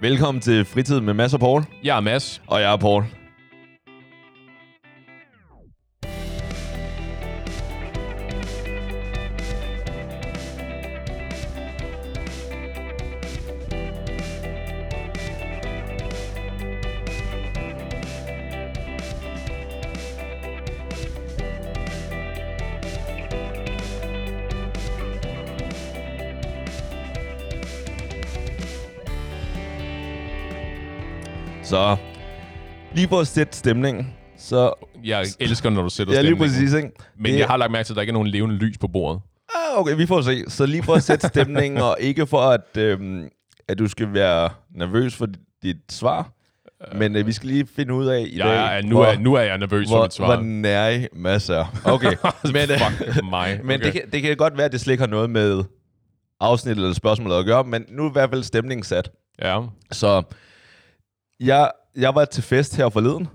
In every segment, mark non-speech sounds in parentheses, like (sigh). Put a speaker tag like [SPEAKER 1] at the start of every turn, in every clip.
[SPEAKER 1] Velkommen til Fritid med Mads og Paul.
[SPEAKER 2] Jeg er Mads.
[SPEAKER 1] Og jeg er Paul.
[SPEAKER 2] Så
[SPEAKER 1] Lige for at sætte stemningen, så...
[SPEAKER 2] jeg elsker, når du sætter
[SPEAKER 1] Ja, lige
[SPEAKER 2] stemningen.
[SPEAKER 1] præcis, ikke?
[SPEAKER 2] Men
[SPEAKER 1] Det-
[SPEAKER 2] jeg har lagt mærke til, at der ikke er nogen levende lys på bordet.
[SPEAKER 1] Ah, okay, vi får se. Så lige for at sætte stemningen, og ikke for, at, øhm, at du skal være nervøs for dit, dit svar. Men øh, vi skal lige finde ud af i dag,
[SPEAKER 2] Jeg er, nu, er, nu er jeg nervøs for
[SPEAKER 1] hvor,
[SPEAKER 2] mit
[SPEAKER 1] hvor
[SPEAKER 2] svar. Altså,
[SPEAKER 1] nærig Mads er.
[SPEAKER 2] (laughs)
[SPEAKER 1] Okay, men, øh,
[SPEAKER 2] Fuck mig.
[SPEAKER 1] men
[SPEAKER 2] okay.
[SPEAKER 1] det, kan, det kan godt være, at det slet ikke har noget med afsnittet eller spørgsmålet at gøre, men nu er i hvert fald stemningen sat.
[SPEAKER 2] Ja.
[SPEAKER 1] Så jeg, jeg var til fest her forleden,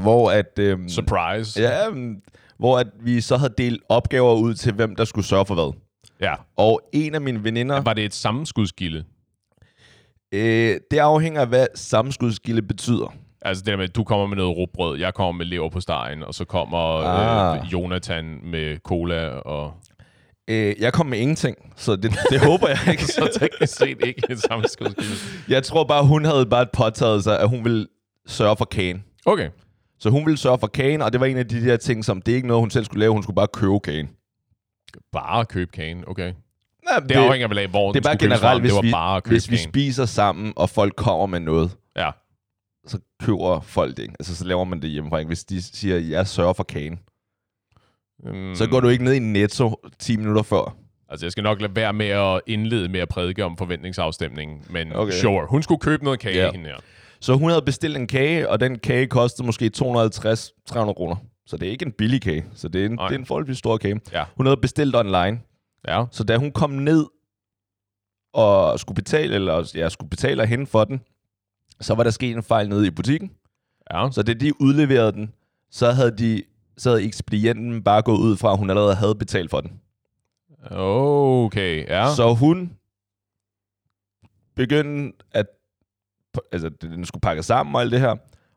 [SPEAKER 1] hvor at... Øhm,
[SPEAKER 2] Surprise.
[SPEAKER 1] Ja, mm, hvor at vi så havde delt opgaver ud til, hvem der skulle sørge for hvad.
[SPEAKER 2] ja.
[SPEAKER 1] Og en af mine veninder,
[SPEAKER 2] Var det et sammenskudsgilde?
[SPEAKER 1] øh, det afhænger af, hvad samskudsgilde betyder.
[SPEAKER 2] Altså det der med, at du kommer med noget råbrød, jeg kommer med lever på stegen, og så kommer
[SPEAKER 1] Ah.
[SPEAKER 2] øh, Jonathan med cola, og (laughs)
[SPEAKER 1] Øh, jeg kom med ingenting, så det, (laughs) det håber jeg ikke.
[SPEAKER 2] så teknisk set ikke et sammenskudsgilde.
[SPEAKER 1] Jeg tror bare, hun havde bare påtaget sig, at hun ville sørge for kagen.
[SPEAKER 2] Okay.
[SPEAKER 1] Så hun ville sørge for kagen, og det var en af de der ting, som det er ikke noget, hun selv skulle lave. Hun skulle bare købe kagen.
[SPEAKER 2] Bare køb kagen, okay.
[SPEAKER 1] Ja,
[SPEAKER 2] Det, det afhænger vel af, hvor
[SPEAKER 1] det er
[SPEAKER 2] den
[SPEAKER 1] bare
[SPEAKER 2] skulle købes fra,
[SPEAKER 1] generelt,
[SPEAKER 2] om det
[SPEAKER 1] hvis,
[SPEAKER 2] var
[SPEAKER 1] vi,
[SPEAKER 2] bare at købe
[SPEAKER 1] hvis vi
[SPEAKER 2] kagen.
[SPEAKER 1] spiser sammen, og folk kommer med noget,
[SPEAKER 2] Ja.
[SPEAKER 1] så køber folk det. ikke? Altså, så laver man det hjemmefra. ikke? Hvis de siger, jeg sørger for kagen,
[SPEAKER 2] Mm.
[SPEAKER 1] så går du ikke ned i Netto 10 minutter før.
[SPEAKER 2] Altså, jeg skal nok lade være med at indlede med at prædike om forventningsafstemningen, men
[SPEAKER 1] Okay.
[SPEAKER 2] okay. sure. Hun skulle købe noget kage,
[SPEAKER 1] Ja.
[SPEAKER 2] yeah. hende her.
[SPEAKER 1] Så hun havde bestilt en kage, og den kage kostede måske 250-300 kroner. Så det er ikke en billig kage, så det er en, det
[SPEAKER 2] Nej.
[SPEAKER 1] er en forholdsvis stor kage.
[SPEAKER 2] Ja.
[SPEAKER 1] Hun havde bestilt online,
[SPEAKER 2] Ja.
[SPEAKER 1] så da hun kom ned og skulle betale, eller jeg ja, skulle betale af hende for den, så var der sket en fejl nede i butikken.
[SPEAKER 2] ja.
[SPEAKER 1] Så da de udleverede den, så havde, de, så havde ekspedienten bare gået ud fra, at hun allerede havde betalt for den.
[SPEAKER 2] Okay, ja. Så.
[SPEAKER 1] Så hun begyndte at... Altså, den skulle pakke sammen og alt det her.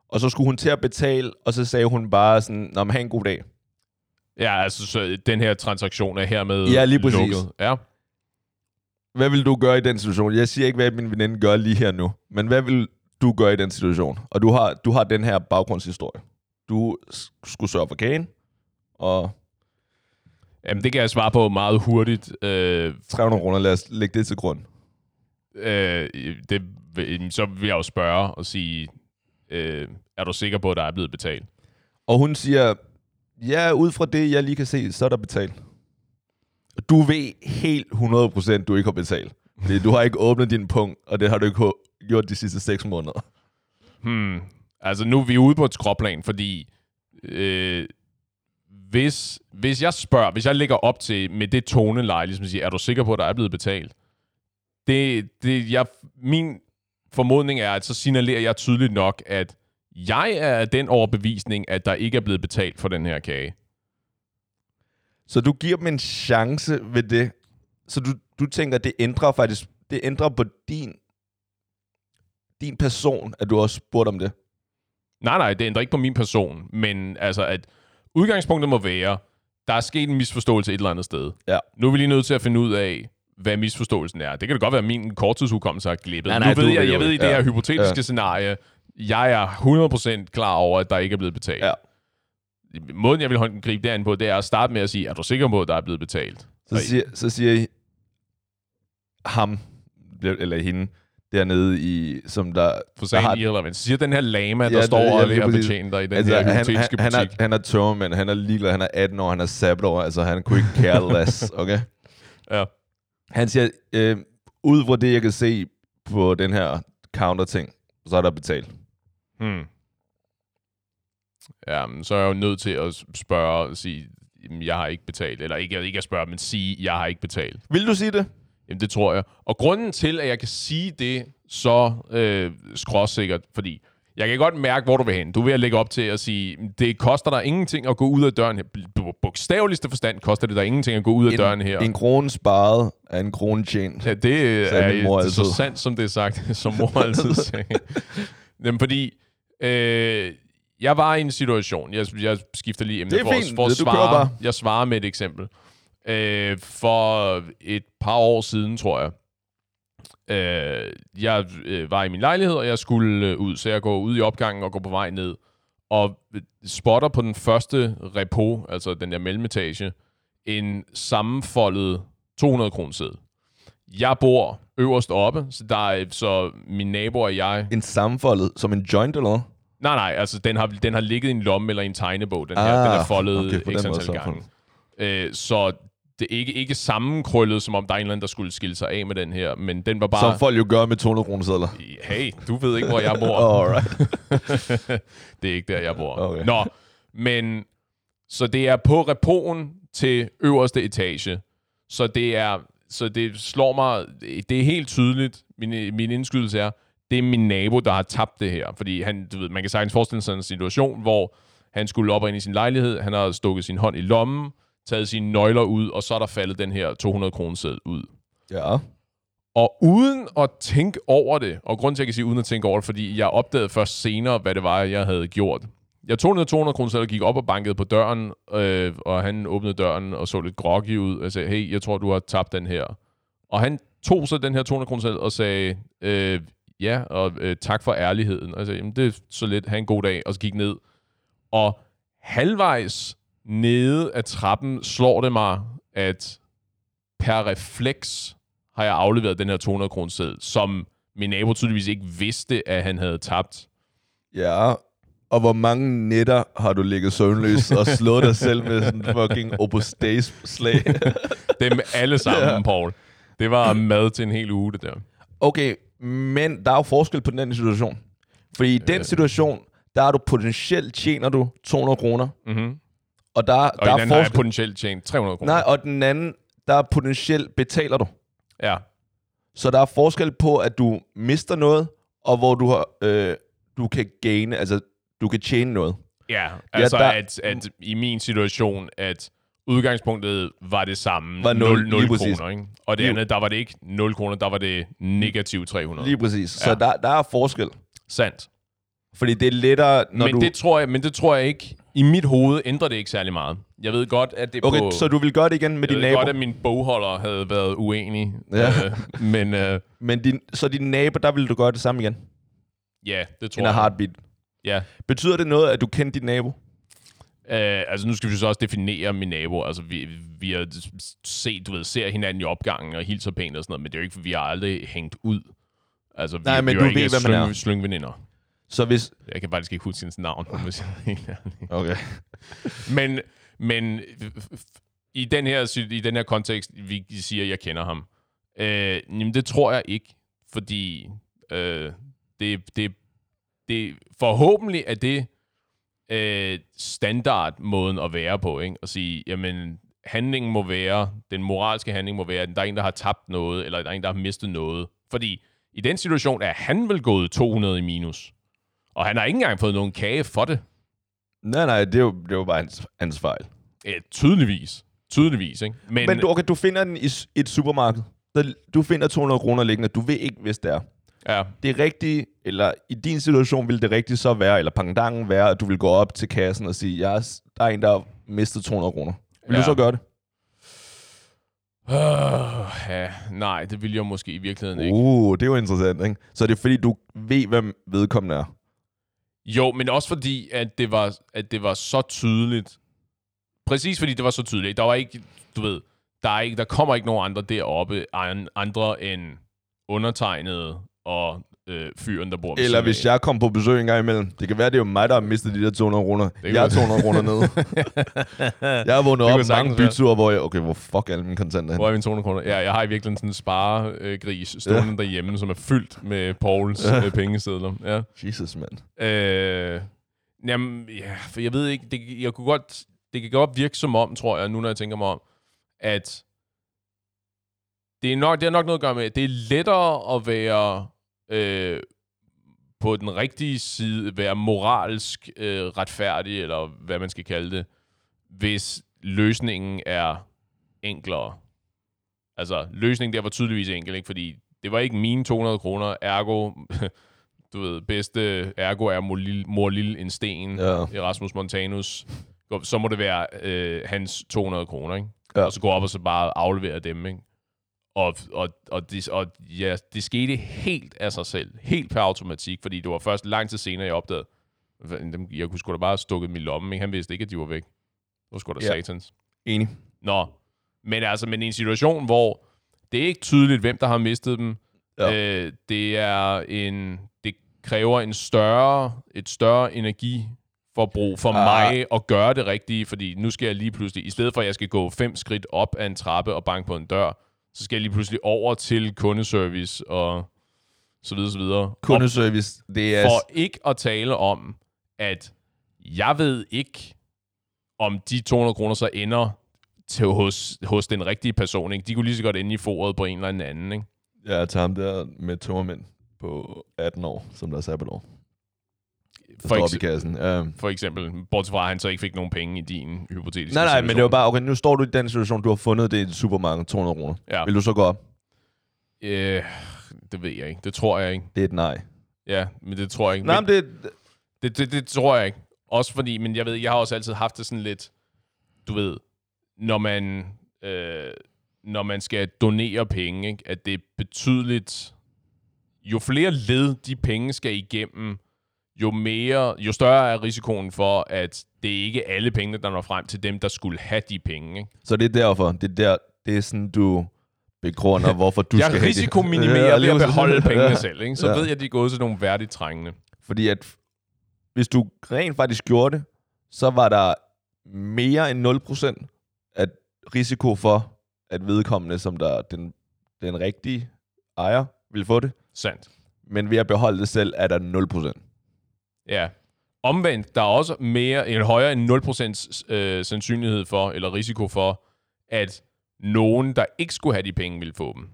[SPEAKER 1] Og så skulle hun til at betale, og så sagde hun bare sådan, Nå, men have en god dag.
[SPEAKER 2] Ja, altså, så den her transaktion er hermed
[SPEAKER 1] Ja, lige præcis.
[SPEAKER 2] lukket. Ja.
[SPEAKER 1] Hvad vil du gøre i den situation? Jeg siger ikke, hvad min veninde gør lige her nu, men hvad vil du gøre i den situation? Og du har, du har den her baggrundshistorie. Du s- skulle sørge for kagen, og
[SPEAKER 2] Jamen, det kan jeg svare på meget hurtigt. Øh,
[SPEAKER 1] 300 kroner, lad os lægge det til grund.
[SPEAKER 2] øh, det, vil- så vil jeg jo spørge og sige, øh, er du sikker på, at der er blevet betalt?
[SPEAKER 1] Og hun siger, ja, ud fra det, jeg lige kan se, så er der betalt. Du ved helt 100% du ikke har betalt. Det, du har ikke åbnet din punkt, og det har du ikke ho- gjort de sidste 6 måneder.
[SPEAKER 2] Hmm. Altså, nu er vi ude på et skråplan, fordi øh, hvis, hvis jeg spørger, hvis jeg lægger op til med det toneleje, ligesom at sige, er du sikker på, at der er blevet betalt? Det, det, jeg, min formodning er, at så signalerer jeg tydeligt nok, at jeg er af den overbevisning, at der ikke er blevet betalt for den her kage.
[SPEAKER 1] Så du giver dem en chance ved det. Så du, du tænker, det ændrer faktisk, det ændrer på din, din person, at du også spurgte om det.
[SPEAKER 2] Nej, nej, det ændrer ikke på min person, men altså, at udgangspunktet må være, der er sket en misforståelse et eller andet sted.
[SPEAKER 1] Ja.
[SPEAKER 2] Nu er vi lige nødt til at finde ud af, hvad misforståelsen er. Det kan da godt være, at min korttidshukommelse har glippet.
[SPEAKER 1] Nej, nej,
[SPEAKER 2] nu ved
[SPEAKER 1] du ved
[SPEAKER 2] jeg,
[SPEAKER 1] jo
[SPEAKER 2] jeg ved i
[SPEAKER 1] det.
[SPEAKER 2] det
[SPEAKER 1] Ja.
[SPEAKER 2] her hypotetiske
[SPEAKER 1] Ja.
[SPEAKER 2] ja. scenarie, jeg er 100% klar over, at der ikke er blevet betalt.
[SPEAKER 1] Ja.
[SPEAKER 2] Måden, jeg vil hånd- gribe det an på, det er at starte med at sige, er du sikker på, at der er blevet betalt?
[SPEAKER 1] Så siger, så siger I, ham, eller hende, dernede i, som der...
[SPEAKER 2] For
[SPEAKER 1] der
[SPEAKER 2] sagen
[SPEAKER 1] har,
[SPEAKER 2] har... irrelevant. Så siger den her lama, der
[SPEAKER 1] Ja,
[SPEAKER 2] ja,
[SPEAKER 1] det-
[SPEAKER 2] står
[SPEAKER 1] ja,
[SPEAKER 2] og er
[SPEAKER 1] lige
[SPEAKER 2] ved at
[SPEAKER 1] præcis.
[SPEAKER 2] betjene dig i den
[SPEAKER 1] altså,
[SPEAKER 2] her
[SPEAKER 1] han, han,
[SPEAKER 2] hypotetiske
[SPEAKER 1] han,
[SPEAKER 2] butik.
[SPEAKER 1] er, han er tømmermand, han er ligeglad, han er 18 år, han er sabbatår, altså han kunne ikke
[SPEAKER 2] (laughs)
[SPEAKER 1] care less, okay?
[SPEAKER 2] Ja.
[SPEAKER 1] Han siger, øh, ud fra det, jeg kan se på den her counter-ting, så er der betalt.
[SPEAKER 2] Hmm. Ja, men så er jeg jo nødt til at spørge og sige, "Jamen, jeg har ikke betalt. Eller ikke, ikke at spørge, men sige, jeg har ikke betalt.
[SPEAKER 1] Vil du sige det?
[SPEAKER 2] Jamen, det tror jeg. Og grunden til, at jeg kan sige det så øh, skråsikkert, fordi Jeg kan godt mærke, hvor du vil hen. Du er ved at lægge op til at sige, det koster dig ingenting at gå ud af døren her. På bogstaveligste forstand koster det dig ingenting at gå ud af døren her.
[SPEAKER 1] En krone sparet er en krone tjent.
[SPEAKER 2] Ja, det øh,
[SPEAKER 1] Sagde
[SPEAKER 2] er
[SPEAKER 1] min mor
[SPEAKER 2] det er så
[SPEAKER 1] altid.
[SPEAKER 2] sandt, som det er sagt, (laughs) som mor
[SPEAKER 1] (laughs)
[SPEAKER 2] altid sagde. Jamen, fordi øh, jeg var i en situation, jeg, jeg skifter lige emne
[SPEAKER 1] Det er
[SPEAKER 2] for, at-
[SPEAKER 1] fint.
[SPEAKER 2] for at
[SPEAKER 1] Du kører bare.
[SPEAKER 2] svare. Jeg svarer med et eksempel. Øh, for et par år siden, tror jeg, øh, jeg øh, var i min lejlighed, og jeg skulle øh, ud, så jeg går ud i opgangen og går på vej ned, og øh, spotter på den første repo, altså den der mellemetage, en sammenfoldet 200 kroner sæde. Jeg bor øverst oppe, så, der er, så min nabo og jeg...
[SPEAKER 1] En sammenfoldet som en joint eller hvad?
[SPEAKER 2] Nej, nej, altså den har, den har ligget i en lomme eller i en tegnebog, den her.
[SPEAKER 1] Ah,
[SPEAKER 2] den er foldet
[SPEAKER 1] okay, på
[SPEAKER 2] okay,
[SPEAKER 1] den
[SPEAKER 2] x
[SPEAKER 1] måde
[SPEAKER 2] antal
[SPEAKER 1] så
[SPEAKER 2] gange. Øh, så det er ikke, ikke sammenkrøllet, som om der er en eller anden, der skulle skille sig af med den her, men den var bare...
[SPEAKER 1] Som folk jo gør med 200 kroner sædler.
[SPEAKER 2] Hey, du ved ikke, hvor jeg bor.
[SPEAKER 1] Alright.
[SPEAKER 2] det er ikke der, jeg bor. Okay.
[SPEAKER 1] Okay.
[SPEAKER 2] Nå, men... Så det er på repoen til øverste etage. Så det er... Så det slår mig... Det er helt tydeligt, min, min indskydelse er, det er min nabo, der har tabt det her. Fordi han, du ved, man kan sagtens forestille sig en situation, hvor han skulle op og ind i sin lejlighed, han har stukket sin hånd i lommen, taget sine nøgler ud, og så er der faldet den her 200 kroner ud.
[SPEAKER 1] Ja.
[SPEAKER 2] Og uden at tænke over det, og grund til, at jeg kan sige uden at tænke over det, fordi jeg opdagede først senere, hvad det var, jeg havde gjort. Jeg tog ned 200 kroner selv og gik op og bankede på døren, øh, og han åbnede døren og så lidt groggy ud og sagde, hey, jeg tror, du har tabt den her. Og han tog så den her 200 kroner selv og sagde, øh, ja, og øh, tak for ærligheden. Og jeg sagde, Jamen, det er så lidt, have en god dag, og så gik ned. Og halvvejs nede af trappen slår det mig, at per refleks har jeg afleveret den her 200 kroner seddel, som min nabo tydeligvis ikke vidste, at han havde tabt.
[SPEAKER 1] Ja. Og hvor mange nætter har du ligget søvnløs og slået dig selv med sådan fucking Opus Days-slag?
[SPEAKER 2] Dem alle
[SPEAKER 1] (laughs)
[SPEAKER 2] sammen, ja. Paul. Det var mad til en hel uge, det der.
[SPEAKER 1] Okay, men der er jo forskel på den anden situation. Fordi i den situation, der er du potentielt tjener du 200 kroner.
[SPEAKER 2] Mm-hmm.
[SPEAKER 1] Og der,
[SPEAKER 2] Og
[SPEAKER 1] der
[SPEAKER 2] der
[SPEAKER 1] er
[SPEAKER 2] i den har jeg
[SPEAKER 1] forskel.
[SPEAKER 2] potentielt tjent 300 kroner.
[SPEAKER 1] Nej, og den anden, der er potentielt betaler du.
[SPEAKER 2] Ja.
[SPEAKER 1] Så der er forskel på, at du mister noget, og hvor du, har, øh, du kan gaine, altså du kan tjene noget.
[SPEAKER 2] ja, altså
[SPEAKER 1] der-
[SPEAKER 2] at, at i min situation, at udgangspunktet var det samme.
[SPEAKER 1] Var nul,
[SPEAKER 2] 0, 0
[SPEAKER 1] lige præcis.
[SPEAKER 2] kroner, ikke? Og det
[SPEAKER 1] Lige-
[SPEAKER 2] andet, der var det ikke 0 kroner, der var det negativ 300.
[SPEAKER 1] Lige præcis. Så
[SPEAKER 2] Ja.
[SPEAKER 1] der, der er forskel.
[SPEAKER 2] Sandt.
[SPEAKER 1] Fordi det er lettere, når
[SPEAKER 2] Men,
[SPEAKER 1] du...
[SPEAKER 2] du... det tror jeg, men det tror jeg ikke. I mit hoved ændrer det ikke særlig meget. Jeg ved godt, at det
[SPEAKER 1] okay,
[SPEAKER 2] på...
[SPEAKER 1] så du vil gøre det igen med
[SPEAKER 2] Jeg
[SPEAKER 1] din
[SPEAKER 2] ved
[SPEAKER 1] nabo.
[SPEAKER 2] godt, at min bogholder havde været uenig.
[SPEAKER 1] Ja.
[SPEAKER 2] Øh, men øh,
[SPEAKER 1] Men din, så din nabo, der vil du gøre det samme igen.
[SPEAKER 2] ja, det tror
[SPEAKER 1] In a
[SPEAKER 2] jeg.
[SPEAKER 1] heartbeat.
[SPEAKER 2] Ja.
[SPEAKER 1] Betyder det noget, at du kender din nabo?
[SPEAKER 2] Øh, altså, nu skal vi så også definere min nabo. Altså, vi, vi har set, du ved, ser hinanden i opgangen og hilser pænt og sådan noget, men det er jo ikke, for vi har aldrig hængt ud. Altså, vi,
[SPEAKER 1] Nej, men
[SPEAKER 2] vi er
[SPEAKER 1] du
[SPEAKER 2] jo ikke
[SPEAKER 1] ved, hvad man er.
[SPEAKER 2] slyngveninder.
[SPEAKER 1] Så hvis...
[SPEAKER 2] Jeg kan faktisk ikke huske hendes navn, (laughs) hvis jeg er helt ærlig.
[SPEAKER 1] Okay.
[SPEAKER 2] Men, men f- f- i, den her, sy- i den her kontekst, vi siger, at jeg kender ham. Øh, jamen, det tror jeg ikke, fordi øh, det, det, det, forhåbentlig er det øh, standardmåden at være på, ikke? At sige, jamen, handlingen må være, den moralske handling må være, at der er en, der har tabt noget, eller der er en, der har mistet noget. Fordi i den situation er han vel gået 200 i minus, og han har ikke engang fået nogen kage for det.
[SPEAKER 1] Nej, nej, det er jo, det er jo bare hans, hans fejl.
[SPEAKER 2] Ja, tydeligvis. Tydeligvis, ikke? Men,
[SPEAKER 1] Men du, okay, du finder den i s- et supermarked. Der, du finder 200 kroner liggende. Du ved ikke, hvis det er.
[SPEAKER 2] ja,
[SPEAKER 1] Det rigtige, eller i din situation, vil det rigtige så være, eller pangdangen være, at du vil gå op til kassen og sige, jeg, er s- der er en, der har mistet 200 kroner. Vil
[SPEAKER 2] Ja.
[SPEAKER 1] du så gøre det?
[SPEAKER 2] øh, ja, nej, det ville jeg måske i virkeligheden ikke.
[SPEAKER 1] Uh, det er jo interessant, ikke? Så det er fordi, du ved, hvem vedkommende er.
[SPEAKER 2] Jo, men også fordi, at det var, at det var så tydeligt. Præcis fordi det var så tydeligt. Der var ikke, du ved, der, er ikke, der kommer ikke nogen andre deroppe, an- andre end undertegnede og øh, fyren, der bor ved
[SPEAKER 1] Eller
[SPEAKER 2] siden
[SPEAKER 1] hvis
[SPEAKER 2] af.
[SPEAKER 1] jeg kom på besøg en gang imellem. Det kan være, det er jo mig, der har mistet de der 200 kroner. Jeg er
[SPEAKER 2] godt.
[SPEAKER 1] 200 kroner
[SPEAKER 2] (laughs)
[SPEAKER 1] nede. Jeg har vågnet
[SPEAKER 2] Det
[SPEAKER 1] op
[SPEAKER 2] kunne
[SPEAKER 1] mange
[SPEAKER 2] sagtens være.
[SPEAKER 1] byture, hvor jeg... Okay, hvor fuck er alle mine kontanter hen?
[SPEAKER 2] Hvor er min 200 kroner? Ja, jeg har i virkeligheden sådan en sparegris stående derhjemme, som er fyldt med Pauls øh, pengesedler. Ja.
[SPEAKER 1] Jesus, mand.
[SPEAKER 2] Øh, jamen, ja, for jeg ved ikke, det, jeg kunne godt, det kan godt virke som om, tror jeg, nu når jeg tænker mig om, at det er nok, det har nok noget at gøre med, at det er lettere at være øh, på den rigtige side være moralsk øh, retfærdig, eller hvad man skal kalde det, hvis løsningen er enklere. Altså, løsningen der var tydeligvis enkel, ikke? Fordi det var ikke mine 200 kroner, ergo, (laughs) du ved, bedste ergo er mor lille, mor lille en sten,
[SPEAKER 1] Ja.
[SPEAKER 2] Erasmus Montanus. Så må det være øh, hans 200 kroner, ikke?
[SPEAKER 1] Ja.
[SPEAKER 2] Ja. Og så gå op og så bare aflevere dem, ikke? Og, og, og, det, og ja, det skete helt af sig selv. Helt per automatik, fordi det var først lang tid senere, jeg opdagede, "Hvad, dem- jeg kunne sgu da bare have stukket dem i lommen, ikke? Han vidste ikke, at de var væk. Det var sgu da
[SPEAKER 1] Ja.
[SPEAKER 2] satans.
[SPEAKER 1] Enig.
[SPEAKER 2] Nå, men altså, men i en situation, hvor det er ikke tydeligt, hvem der har mistet dem.
[SPEAKER 1] Ja.
[SPEAKER 2] Ja. Øh, det er en, det kræver en større, et større energiforbrug for
[SPEAKER 1] Ah.
[SPEAKER 2] ah. mig at gøre det rigtige, fordi nu skal jeg lige pludselig, i stedet for at jeg skal gå fem skridt op ad en trappe og banke på en dør, så skal jeg lige pludselig over til kundeservice og så videre, så videre. Og
[SPEAKER 1] Kundeservice, det er...
[SPEAKER 2] for ikke at tale om, at jeg ved ikke, om de 200 kroner så ender til hos, hos den rigtige person. Ikke? De kunne lige så godt ende i foret på en eller anden anden. Ikke?
[SPEAKER 1] Jeg tager ham der med tømmermænd på 18 år, som der er sabbatår. Der
[SPEAKER 2] For,
[SPEAKER 1] står op i
[SPEAKER 2] ekse-
[SPEAKER 1] kassen. Um,
[SPEAKER 2] for eksempel, bortset fra, at han så ikke fik nogen penge i din hypotetiske
[SPEAKER 1] nej, nej, men det var
[SPEAKER 2] situation.
[SPEAKER 1] bare, okay, nu står du i den situation, du har fundet det i et supermarked, 200 kroner.
[SPEAKER 2] Ja.
[SPEAKER 1] Vil du så gå op?
[SPEAKER 2] Øh, det ved jeg ikke. Det tror jeg ikke.
[SPEAKER 1] Det er et nej.
[SPEAKER 2] Ja, men det tror jeg ikke.
[SPEAKER 1] Nej,
[SPEAKER 2] Men-
[SPEAKER 1] men det,
[SPEAKER 2] Det, det, det tror jeg ikke. Også fordi, men jeg ved, jeg har også altid haft det sådan lidt, du ved, når man, øh, når man skal donere penge, ikke? at det er betydeligt, jo flere led de penge skal igennem, jo, mere, jo større er risikoen for, at det ikke er alle pengene, der når frem til dem, der skulle have de penge. Ikke?
[SPEAKER 1] så det er derfor, det er, der, det er sådan, du
[SPEAKER 2] (laughs)
[SPEAKER 1] begrunder, hvorfor du skal
[SPEAKER 2] Jeg
[SPEAKER 1] have det.
[SPEAKER 2] risikominimerer
[SPEAKER 1] (laughs) Ja,
[SPEAKER 2] ja, ved
[SPEAKER 1] lige
[SPEAKER 2] at
[SPEAKER 1] præcis.
[SPEAKER 2] beholde
[SPEAKER 1] Ja. (laughs)
[SPEAKER 2] pengene selv. Ikke? Så
[SPEAKER 1] Ja.
[SPEAKER 2] ja. ved jeg, at de er gået til nogle værdigt trængende.
[SPEAKER 1] Fordi at hvis du rent faktisk gjorde det, så var der mere end 0% at risiko for, at vedkommende, som der den, den rigtige ejer, ville få det.
[SPEAKER 2] Sandt.
[SPEAKER 1] Men ved at beholde det selv, er der 0%.
[SPEAKER 2] Ja. Omvendt, der er også mere, en højere end 0% øh, sandsynlighed for, eller risiko for, at nogen, der ikke skulle have de penge, ville få dem.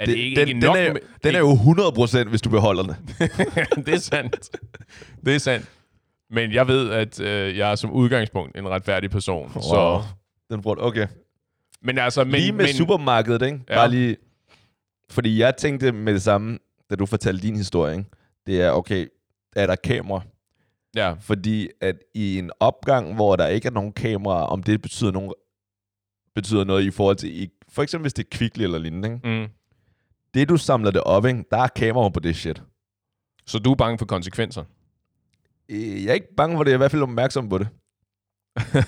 [SPEAKER 2] Er det, det ikke,
[SPEAKER 1] den,
[SPEAKER 2] ikke
[SPEAKER 1] den,
[SPEAKER 2] nok?
[SPEAKER 1] er,
[SPEAKER 2] med-
[SPEAKER 1] den er jo 100%, hvis du beholder den.
[SPEAKER 2] (laughs) det er sandt. Det er sandt. Men jeg ved, at øh, jeg er som udgangspunkt en retfærdig person. Wow. Så,
[SPEAKER 1] Den bruger, okay.
[SPEAKER 2] men altså, men,
[SPEAKER 1] Men, lige med men,
[SPEAKER 2] men,
[SPEAKER 1] supermarkedet, ikke? Ja.
[SPEAKER 2] Ja.
[SPEAKER 1] Bare lige, fordi jeg tænkte med det samme, da du fortalte din historie, ikke? det er, okay, er der kamera?
[SPEAKER 2] Ja,
[SPEAKER 1] Fordi at i en opgang, hvor der ikke er nogen kameraer, om det betyder, nogen, betyder noget i forhold til, i, for eksempel hvis det er Kvickly eller lignende, ikke?
[SPEAKER 2] mm.
[SPEAKER 1] det du samler det op, ikke? der er kameraer på det shit.
[SPEAKER 2] Så du er bange for konsekvenser?
[SPEAKER 1] Øh, Jeg er ikke bange for det, jeg er i hvert fald opmærksom
[SPEAKER 2] (laughs)
[SPEAKER 1] på det. Okay.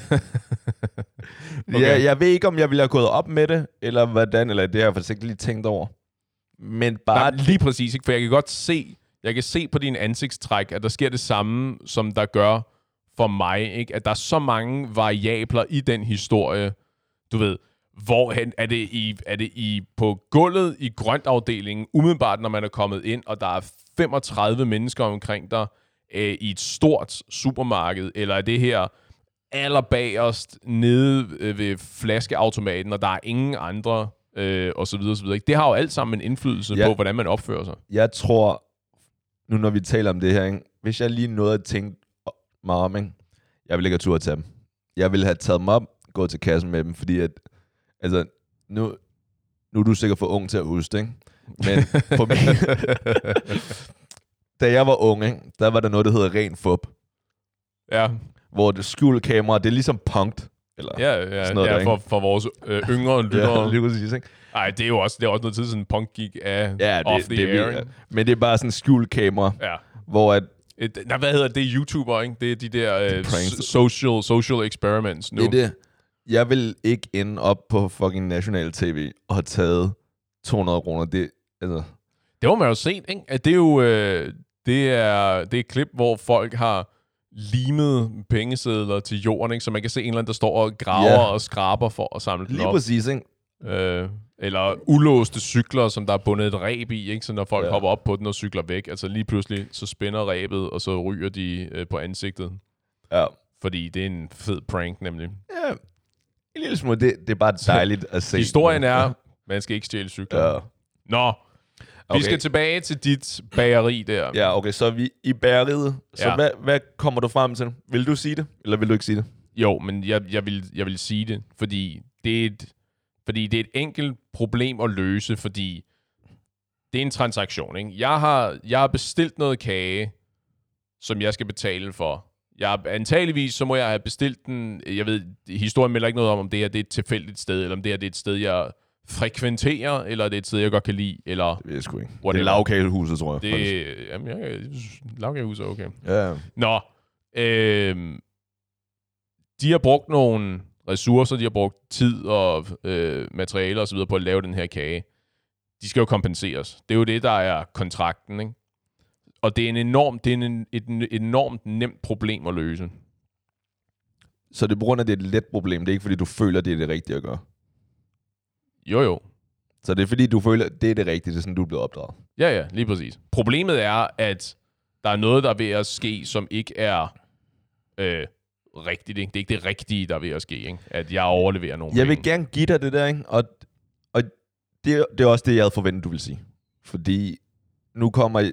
[SPEAKER 2] Okay.
[SPEAKER 1] Jeg, jeg ved ikke, om jeg ville have gået op med det, eller hvordan, eller det har jeg faktisk ikke lige tænkt over. Men
[SPEAKER 2] Nej,
[SPEAKER 1] bare...
[SPEAKER 2] lige præcis, ikke? for jeg kan godt se, jeg kan se på din ansigtstræk, at der sker det samme, som der gør for mig, ikke? at der er så mange variabler i den historie, du ved, hvorhen er det, i, er det i, på gulvet i grøntafdelingen, umiddelbart når man er kommet ind, og der er 35 mennesker omkring dig øh, i et stort supermarked, eller er det her allerbagerst nede øh, ved flaskeautomaten, og der er ingen andre, øh, og så videre, så videre. ikke? Det har jo alt sammen en indflydelse
[SPEAKER 1] Ja.
[SPEAKER 2] ja. på, hvordan man opfører sig.
[SPEAKER 1] jeg tror, nu når vi taler om det her, ikke? hvis jeg lige nåede at tænke mig om, ikke? jeg ville ikke have tur at tage dem. Jeg ville have taget dem op, gået til kassen med dem, fordi at, altså, nu, nu er du sikkert for ung til at huske det, ikke? Men for mig, (laughs) da jeg var ung, ikke? der var der noget, der hedder ren fup,
[SPEAKER 2] Ja,
[SPEAKER 1] hvor det skjult kamera, det er ligesom punkt. Eller,
[SPEAKER 2] ja, ja,
[SPEAKER 1] Sådan
[SPEAKER 2] ja,
[SPEAKER 1] noget der,
[SPEAKER 2] ja
[SPEAKER 1] ikke?
[SPEAKER 2] for, for vores øh, yngre
[SPEAKER 1] (laughs) ja,
[SPEAKER 2] lyttere.
[SPEAKER 1] lige præcis, ikke?
[SPEAKER 2] Nej, det er jo også, det er også noget tid siden punk gik af
[SPEAKER 1] Ja, det,
[SPEAKER 2] off the
[SPEAKER 1] det, det
[SPEAKER 2] air.
[SPEAKER 1] er
[SPEAKER 2] ikke?
[SPEAKER 1] vildt, ja. Men det er bare sådan skjult kamera,
[SPEAKER 2] Ja.
[SPEAKER 1] hvor at,
[SPEAKER 2] Et, nej, hvad hedder det? YouTuber, ikke? Det er de der øh,
[SPEAKER 1] pranks.
[SPEAKER 2] so- social, social experiments nu.
[SPEAKER 1] Det er det. Jeg vil ikke ende op på fucking national tv og have taget 200 kroner. Det, altså,
[SPEAKER 2] Det var man jo set, ikke? At det er jo øh, det er, det er et klip, hvor folk har limet pengesedler til jorden, ikke? så man kan se en eller anden, der står og graver
[SPEAKER 1] Ja.
[SPEAKER 2] yeah. og skraber for at samle den
[SPEAKER 1] lige
[SPEAKER 2] op.
[SPEAKER 1] præcis, ikke?
[SPEAKER 2] Øh, eller ulåste cykler, som der er bundet et ræb i, ikke? så når folk
[SPEAKER 1] Ja.
[SPEAKER 2] ja. hopper op på den og cykler væk, altså lige pludselig, så spænder ræbet, og så ryger de øh, på ansigtet.
[SPEAKER 1] Ja.
[SPEAKER 2] Fordi det er en fed prank, nemlig.
[SPEAKER 1] ja. En lille smule. Det, det er bare dejligt at se.
[SPEAKER 2] Historien er, man skal ikke stjæle cykler.
[SPEAKER 1] Ja.
[SPEAKER 2] Nå, Okay. Vi skal tilbage til dit bageri der.
[SPEAKER 1] Ja, okay, så er vi i bæreriet. Så
[SPEAKER 2] Ja.
[SPEAKER 1] ja. hvad, hvad kommer du frem til? Vil du sige det, eller vil du ikke sige det?
[SPEAKER 2] Jo, men jeg, jeg, vil, jeg vil sige det, fordi det, er et, fordi det er et enkelt problem at løse, fordi det er en transaktion. Ikke? Jeg, har, jeg har bestilt noget kage, som jeg skal betale for. Jeg, antageligvis så må jeg have bestilt den. Jeg ved, historien melder ikke noget om, om det her det er et tilfældigt sted, eller om det her det er et sted, jeg frekventerer, eller det er et sted, jeg godt kan lide, eller
[SPEAKER 1] Det ved jeg sgu ikke. Det
[SPEAKER 2] Whatever.
[SPEAKER 1] er lavkagehuset, tror jeg. faktisk.
[SPEAKER 2] det... Jamen, jeg, jeg synes, lavkagehus er okay.
[SPEAKER 1] Ja.
[SPEAKER 2] Nå, øh, de har brugt nogle ressourcer, de har brugt tid og øh, materialer osv. på at lave den her kage. De skal jo kompenseres. Det er jo det, der er kontrakten, ikke? Og det er, en enorm, det er en, et, et enormt nemt problem at løse.
[SPEAKER 1] Så det er på grund af, at det er et let problem. Det er ikke, fordi du føler, det er det rigtige at gøre.
[SPEAKER 2] Jo, jo.
[SPEAKER 1] Så det er, fordi du føler, det er det rigtige. Det er sådan, du er blevet opdraget.
[SPEAKER 2] Ja, ja, lige præcis. Problemet er, at der er noget, der er ved at ske, som ikke er øh, rigtigt. Ikke? Det er ikke det rigtige, der er ved at ske. Ikke? At jeg overleverer nogle
[SPEAKER 1] Jeg vil
[SPEAKER 2] penge.
[SPEAKER 1] gerne give dig det der, ikke? Og, og det, det er også det, jeg havde forventet, du ville sige. Fordi nu kommer... I-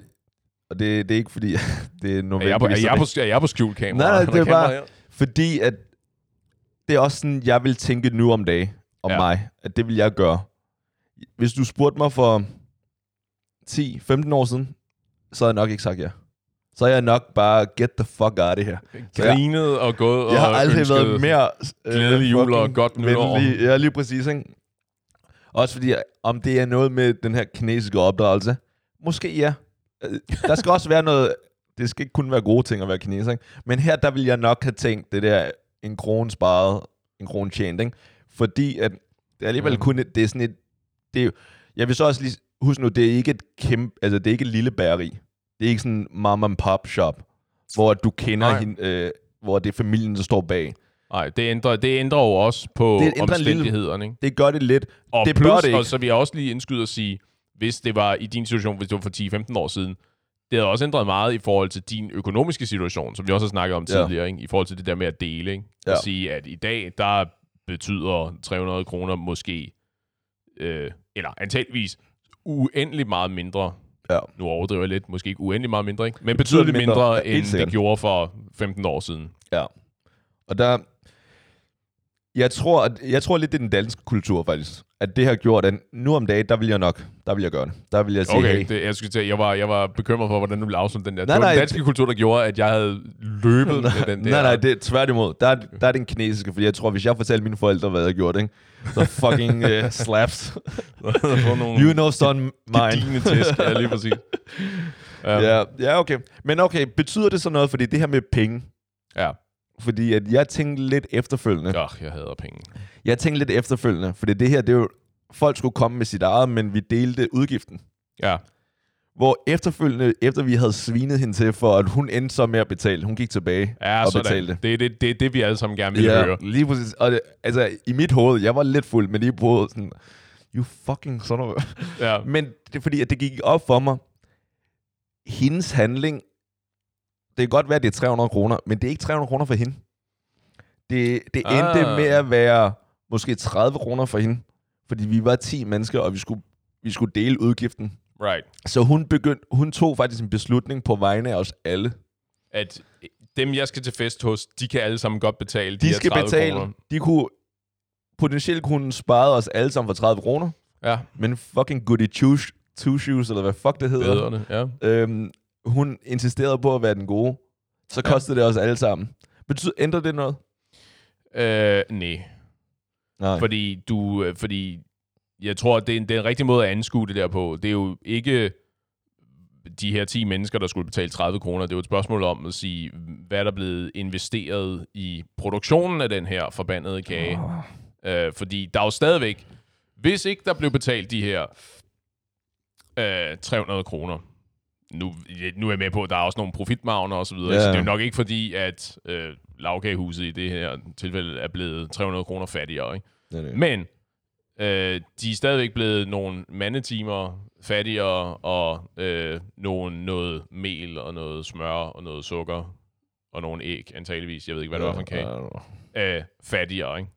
[SPEAKER 1] Og det, det er ikke fordi... (laughs) det er
[SPEAKER 2] Er jeg, på, er,
[SPEAKER 1] nødvendigvis
[SPEAKER 2] jeg
[SPEAKER 1] sådan,
[SPEAKER 2] på, er jeg på skjult kamera?
[SPEAKER 1] Nej, nej,
[SPEAKER 2] Er der
[SPEAKER 1] det er
[SPEAKER 2] kamera
[SPEAKER 1] bare-
[SPEAKER 2] her?
[SPEAKER 1] Fordi at det er også sådan, jeg vil tænke nu om dagen om
[SPEAKER 2] Ja.
[SPEAKER 1] ja. mig, at det vil jeg gøre. Hvis du spurgte mig for 10-15 år siden, så havde jeg nok ikke sagt ja. Så havde jeg nok bare, get the fuck out of here. Så jeg,
[SPEAKER 2] Grinet og gået og
[SPEAKER 1] jeg har aldrig
[SPEAKER 2] ønsket-
[SPEAKER 1] været mere... øh,
[SPEAKER 2] glædelig jul og
[SPEAKER 1] fucking
[SPEAKER 2] godt nytår.
[SPEAKER 1] venlig. Ja, lige præcis, ikke? Også fordi, om det er noget med den her kinesiske opdragelse, måske ja. Øh, Der skal (laughs) også være noget... Det skal ikke kun være gode ting at være kineser, ikke? Men her, der vil jeg nok have tænkt det der, en krone sparet, en krone tjent, ikke? Fordi at det er alligevel
[SPEAKER 2] Mm.
[SPEAKER 1] mm. kun et, det er sådan et, det er, jo- jeg vil så også lige huske nu, det er ikke et kæmpe, altså det er ikke et lille bæreri. Det er ikke sådan en mom and pop shop, hvor du kender
[SPEAKER 2] Nej.
[SPEAKER 1] hende, øh, hvor det er familien, der står bag.
[SPEAKER 2] Nej, det ændrer, det ændrer jo også på
[SPEAKER 1] Det
[SPEAKER 2] det
[SPEAKER 1] ændrer en lille-
[SPEAKER 2] omstændighederne. Ikke?
[SPEAKER 1] Det gør det lidt.
[SPEAKER 2] Og
[SPEAKER 1] det bør
[SPEAKER 2] plus,
[SPEAKER 1] det ikke.
[SPEAKER 2] og så vil jeg også lige indskyde at sige, hvis det var i din situation, hvis det var for 10-15 år siden, det havde også ændret meget i forhold til din økonomiske situation, som vi også har snakket om
[SPEAKER 1] Ja.
[SPEAKER 2] tidligere, ikke? i forhold til det der med at dele. Ikke? Ja.
[SPEAKER 1] Ja.
[SPEAKER 2] At sige, at i dag, der betyder 300 kroner måske, øh, eller antageligvis uendelig meget mindre.
[SPEAKER 1] Ja.
[SPEAKER 2] Nu overdriver jeg lidt, måske ikke uendelig meget mindre, ikke? men betydeligt mindre,
[SPEAKER 1] mindre,
[SPEAKER 2] mindre
[SPEAKER 1] ja, helt
[SPEAKER 2] end det
[SPEAKER 1] sikkert.
[SPEAKER 2] gjorde for 15 år siden.
[SPEAKER 1] Ja. Og der... Jeg tror, at, jeg tror lidt, det er den danske kultur, faktisk. At det har gjort, at nu om dagen, der vil jeg nok. Der vil jeg gøre det. Der vil jeg sige,
[SPEAKER 2] Okay,
[SPEAKER 1] hey.
[SPEAKER 2] det, jeg, skulle til, jeg, var, jeg var bekymret for, hvordan du ville afslutte den der.
[SPEAKER 1] Nej,
[SPEAKER 2] Nej, det var nej,
[SPEAKER 1] nej,
[SPEAKER 2] den danske det... kultur, der gjorde, at jeg havde løbet med den der.
[SPEAKER 1] (laughs) Nej,
[SPEAKER 2] (laughs)
[SPEAKER 1] nej, det er tværtimod. Der, er- der er den kinesiske, fordi jeg tror, hvis jeg fortalte mine forældre, hvad jeg gjorde, ikke? så
[SPEAKER 2] (laughs)
[SPEAKER 1] fucking uh, slaps.
[SPEAKER 2] på nogle
[SPEAKER 1] (laughs) You know, son, mine.
[SPEAKER 2] dine tæsk. Ja, lige præcis. Ja.
[SPEAKER 1] Ja, ja, okay. Men okay, betyder det så noget, fordi det her med penge,
[SPEAKER 2] Ja.
[SPEAKER 1] fordi at jeg tænkte lidt efterfølgende.
[SPEAKER 2] ja. jeg hader penge.
[SPEAKER 1] Jeg tænkte lidt efterfølgende, fordi det her, det er jo, folk skulle komme med sit eget, men vi delte udgiften.
[SPEAKER 2] Ja.
[SPEAKER 1] Hvor efterfølgende, efter vi havde svinet hende til, for at hun endte så med at betale, hun gik tilbage
[SPEAKER 2] Ja,
[SPEAKER 1] og
[SPEAKER 2] sådan.
[SPEAKER 1] betalte.
[SPEAKER 2] Det er det, det, er det, vi alle sammen gerne vil ja. høre.
[SPEAKER 1] lige præcis. Og det, altså, i mit hoved, jeg var lidt fuld, men lige på sådan, you fucking son of a-" (laughs)
[SPEAKER 2] Ja.
[SPEAKER 1] Men det er fordi, at det gik op for mig. Hendes handling, det kan godt være, at det er 300 kroner, men det er ikke 300 kroner for hende. Det, det endte
[SPEAKER 2] Ah.
[SPEAKER 1] med at være måske 30 kroner for hende, fordi vi var 10 mennesker, og vi skulle, vi skulle dele udgiften.
[SPEAKER 2] Right.
[SPEAKER 1] Så hun, begyndte, hun tog faktisk en beslutning på vegne af os alle.
[SPEAKER 2] At dem, jeg skal til fest hos, de kan alle sammen godt betale de,
[SPEAKER 1] De
[SPEAKER 2] her
[SPEAKER 1] skal
[SPEAKER 2] 30
[SPEAKER 1] betale.
[SPEAKER 2] Kroner.
[SPEAKER 1] De kunne potentielt kunne spare os alle sammen for 30 kroner,
[SPEAKER 2] Ja,
[SPEAKER 1] men fucking goody two, two shoes, eller hvad fuck det hedder,
[SPEAKER 2] bederne. Ja.
[SPEAKER 1] øhm, hun insisterede på at være den gode. Så
[SPEAKER 2] Ja.
[SPEAKER 1] kostede det os alle sammen. Betyder, ændrer det noget?
[SPEAKER 2] Øh, nej.
[SPEAKER 1] Nej.
[SPEAKER 2] Fordi du, øh, fordi jeg tror, at det er en, det er en rigtig måde at anskue det der på. Det er jo ikke de her 10 mennesker, der skulle betale 30 kroner. Det er jo et spørgsmål om at sige, hvad er der blevet investeret i produktionen af den her forbandede kage. Øh, fordi der er jo stadigvæk, hvis ikke der blev betalt de her øh, 300 kroner, nu, ja, nu er jeg med på, at der er også nogle profitmagner og så videre.
[SPEAKER 1] Ja.
[SPEAKER 2] Så det er jo nok ikke fordi, at øh, lavkagehuset i det her tilfælde er blevet 300 kroner fattigere. Ikke?
[SPEAKER 1] Nej, nej.
[SPEAKER 2] Men øh, de er stadigvæk blevet nogle mandetimer fattigere, og øh, nogle, noget mel og noget smør og noget sukker og nogle æg, antageligvis. Jeg ved ikke, hvad det var for en kage
[SPEAKER 1] Ja, ja,
[SPEAKER 2] øh, fattigere, ikke?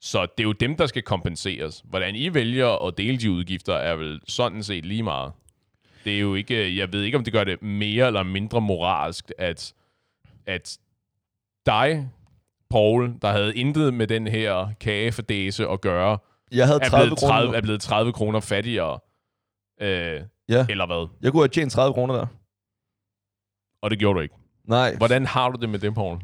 [SPEAKER 2] Så det er jo dem, der skal kompenseres. Hvordan I vælger at dele de udgifter, er vel sådan set lige meget. det er jo ikke, øh, jeg ved ikke, om det gør det mere eller mindre moralsk, at, at dig, Paul, der havde intet med den her kagefordæse at gøre,
[SPEAKER 1] Jeg havde
[SPEAKER 2] er
[SPEAKER 1] 30
[SPEAKER 2] blevet, 30,
[SPEAKER 1] kroner.
[SPEAKER 2] er blevet 30 kroner fattigere. Øh,
[SPEAKER 1] Ja.
[SPEAKER 2] Eller hvad?
[SPEAKER 1] Jeg kunne have tjent 30 kroner der.
[SPEAKER 2] Og det gjorde du ikke.
[SPEAKER 1] Nej,
[SPEAKER 2] Hvordan har du det med det, Paul?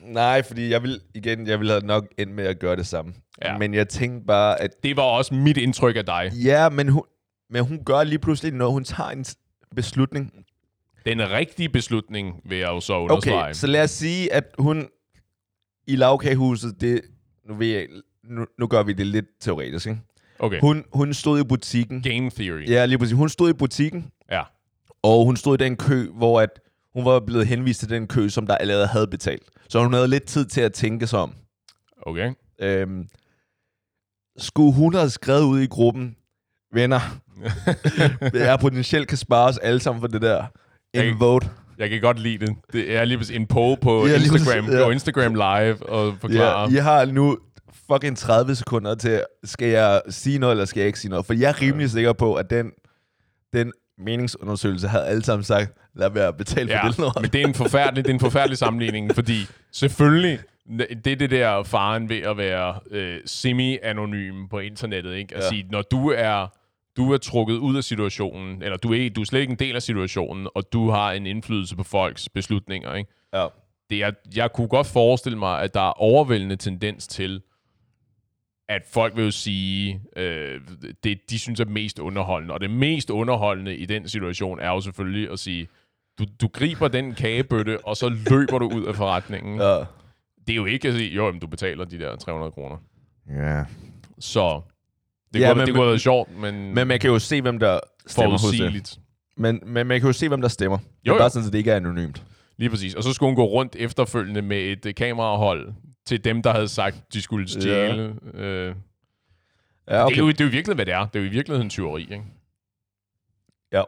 [SPEAKER 1] nej, fordi jeg vil igen, jeg ville have nok end med at gøre det samme.
[SPEAKER 2] Ja.
[SPEAKER 1] Men jeg tænkte bare, at
[SPEAKER 2] Det var også mit indtryk af dig.
[SPEAKER 1] ja, men hun, men hun gør lige pludselig noget. Hun tager en s- beslutning,
[SPEAKER 2] Den rigtige beslutning, vil jeg jo så understrege.
[SPEAKER 1] Okay, så lad os sige, at hun i lavkagehuset, det, nu, ved jeg, nu, nu gør vi det lidt teoretisk, ikke?
[SPEAKER 2] okay.
[SPEAKER 1] Hun, hun stod i butikken.
[SPEAKER 2] Game theory.
[SPEAKER 1] Ja, lige præcis. Hun stod i butikken,
[SPEAKER 2] Ja.
[SPEAKER 1] og hun stod i den kø, hvor at hun var blevet henvist til den kø, som der allerede havde betalt. Så hun havde lidt tid til at tænke sig om.
[SPEAKER 2] Okay.
[SPEAKER 1] Øhm, skulle hun have skrevet ud i gruppen,
[SPEAKER 2] (laughs)
[SPEAKER 1] venner, jeg potentielt kan spare os alle sammen for det der. En
[SPEAKER 2] Okay.
[SPEAKER 1] vote.
[SPEAKER 2] Jeg kan godt lide det. Det er lige præcis en poll på
[SPEAKER 1] Ja, lige præcis,
[SPEAKER 2] Instagram,
[SPEAKER 1] ja.
[SPEAKER 2] på Instagram live og forklare.
[SPEAKER 1] Ja, jeg har nu fucking 30 sekunder til, skal jeg sige noget, eller skal jeg ikke sige noget? For jeg er rimelig sikker på, at den, den meningsundersøgelse havde alle sammen sagt, lad være at betale for
[SPEAKER 2] Ja,
[SPEAKER 1] det lort.
[SPEAKER 2] men det er, en forfærdelig, det er en forfærdelig sammenligning, fordi selvfølgelig, det er det der faren ved at være øh, semi-anonym på internettet, ikke? At ja.
[SPEAKER 1] Ja.
[SPEAKER 2] sige, når du er, du er trukket ud af situationen, eller du er, ikke- du er slet ikke en del af situationen, og du har en indflydelse på folks beslutninger, ikke?
[SPEAKER 1] Ja.
[SPEAKER 2] Det er, jeg kunne godt forestille mig, at der er overvældende tendens til, at folk vil jo sige, øh, det de synes er mest underholdende. Og det mest underholdende i den situation er jo selvfølgelig at sige, du, du griber den kagebøtte, og så løber du ud af forretningen. Ja.
[SPEAKER 1] Ja.
[SPEAKER 2] Det er jo ikke at sige, jo, jamen, du betaler de der 300 kroner.
[SPEAKER 1] ja.
[SPEAKER 2] Så det
[SPEAKER 1] Ja,
[SPEAKER 2] ja, kunne,
[SPEAKER 1] men-
[SPEAKER 2] det kunne have været sjovt, men,
[SPEAKER 1] Men man kan jo se, hvem der stemmer hos det.
[SPEAKER 2] forudsigeligt.
[SPEAKER 1] Men, men man kan jo se, hvem der stemmer. det
[SPEAKER 2] Jo, jo.
[SPEAKER 1] er bare sådan, at det ikke er anonymt.
[SPEAKER 2] Lige præcis. Og så skulle hun gå rundt efterfølgende med et øh, kamerahold til dem, der havde sagt, de skulle stjæle. Ja. Øh,
[SPEAKER 1] Ja,
[SPEAKER 2] okay. det, er jo,
[SPEAKER 1] okay.
[SPEAKER 2] det er jo virkelig, hvad det er. Det er jo i virkeligheden tyveri, ikke?
[SPEAKER 1] Ja.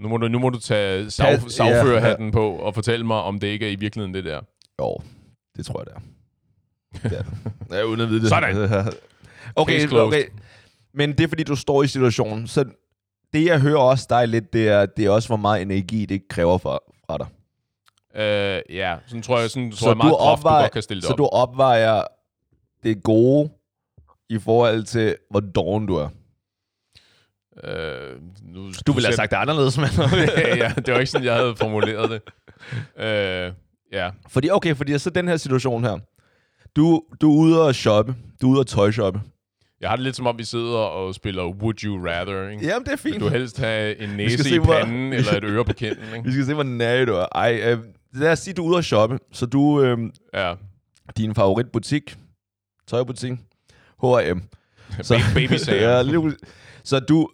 [SPEAKER 2] Nu må du, nu må du tage
[SPEAKER 1] Tag-
[SPEAKER 2] sag,
[SPEAKER 1] ja,
[SPEAKER 2] sagførerhatten ja, ja. på og fortælle mig, om det ikke er i virkeligheden det der.
[SPEAKER 1] Jo, det tror jeg,
[SPEAKER 2] (laughs)
[SPEAKER 1] det er. Det er det. Ja, uden at vide det.
[SPEAKER 2] Sådan. Case
[SPEAKER 1] (laughs) okay,
[SPEAKER 2] closed.
[SPEAKER 1] okay. Men det er, fordi du står i situationen. Så det, jeg hører også dig lidt, det er, det er også, hvor meget energi det kræver fra, fra dig.
[SPEAKER 2] Øh, ja, sådan tror jeg, sådan, tror
[SPEAKER 1] Så
[SPEAKER 2] jeg meget
[SPEAKER 1] du
[SPEAKER 2] groft, du
[SPEAKER 1] opvejer-
[SPEAKER 2] godt kan stille det
[SPEAKER 1] Så
[SPEAKER 2] op.
[SPEAKER 1] du opvejer det gode i forhold til, hvor doven du er.
[SPEAKER 2] Øh, nu, ser- (laughs)
[SPEAKER 1] det anderledes, men... (laughs)
[SPEAKER 2] ja, det var ikke sådan, jeg havde formuleret det. Øh, ja,
[SPEAKER 1] fordi, okay, fordi så den her situation her. Du, du er ude og shoppe. Du er ude og tøjshoppe.
[SPEAKER 2] jeg har det lidt som om, vi sidder og spiller Would You Rather, ikke?
[SPEAKER 1] Jamen, det er
[SPEAKER 2] Vil
[SPEAKER 1] fint.
[SPEAKER 2] du helst have en
[SPEAKER 1] skal
[SPEAKER 2] næse
[SPEAKER 1] se,
[SPEAKER 2] i
[SPEAKER 1] hvor-
[SPEAKER 2] panden eller et øre på kinden, ikke?
[SPEAKER 1] (laughs) Vi skal se, hvor nær du er. Ej, øh, lad os sige, du er ude og shoppe. Så du, øh,
[SPEAKER 2] Ja,
[SPEAKER 1] din favoritbutik, tøjbutik, H&M.
[SPEAKER 2] så, baby
[SPEAKER 1] (laughs) ja,
[SPEAKER 2] sager.
[SPEAKER 1] lige præcis. så du,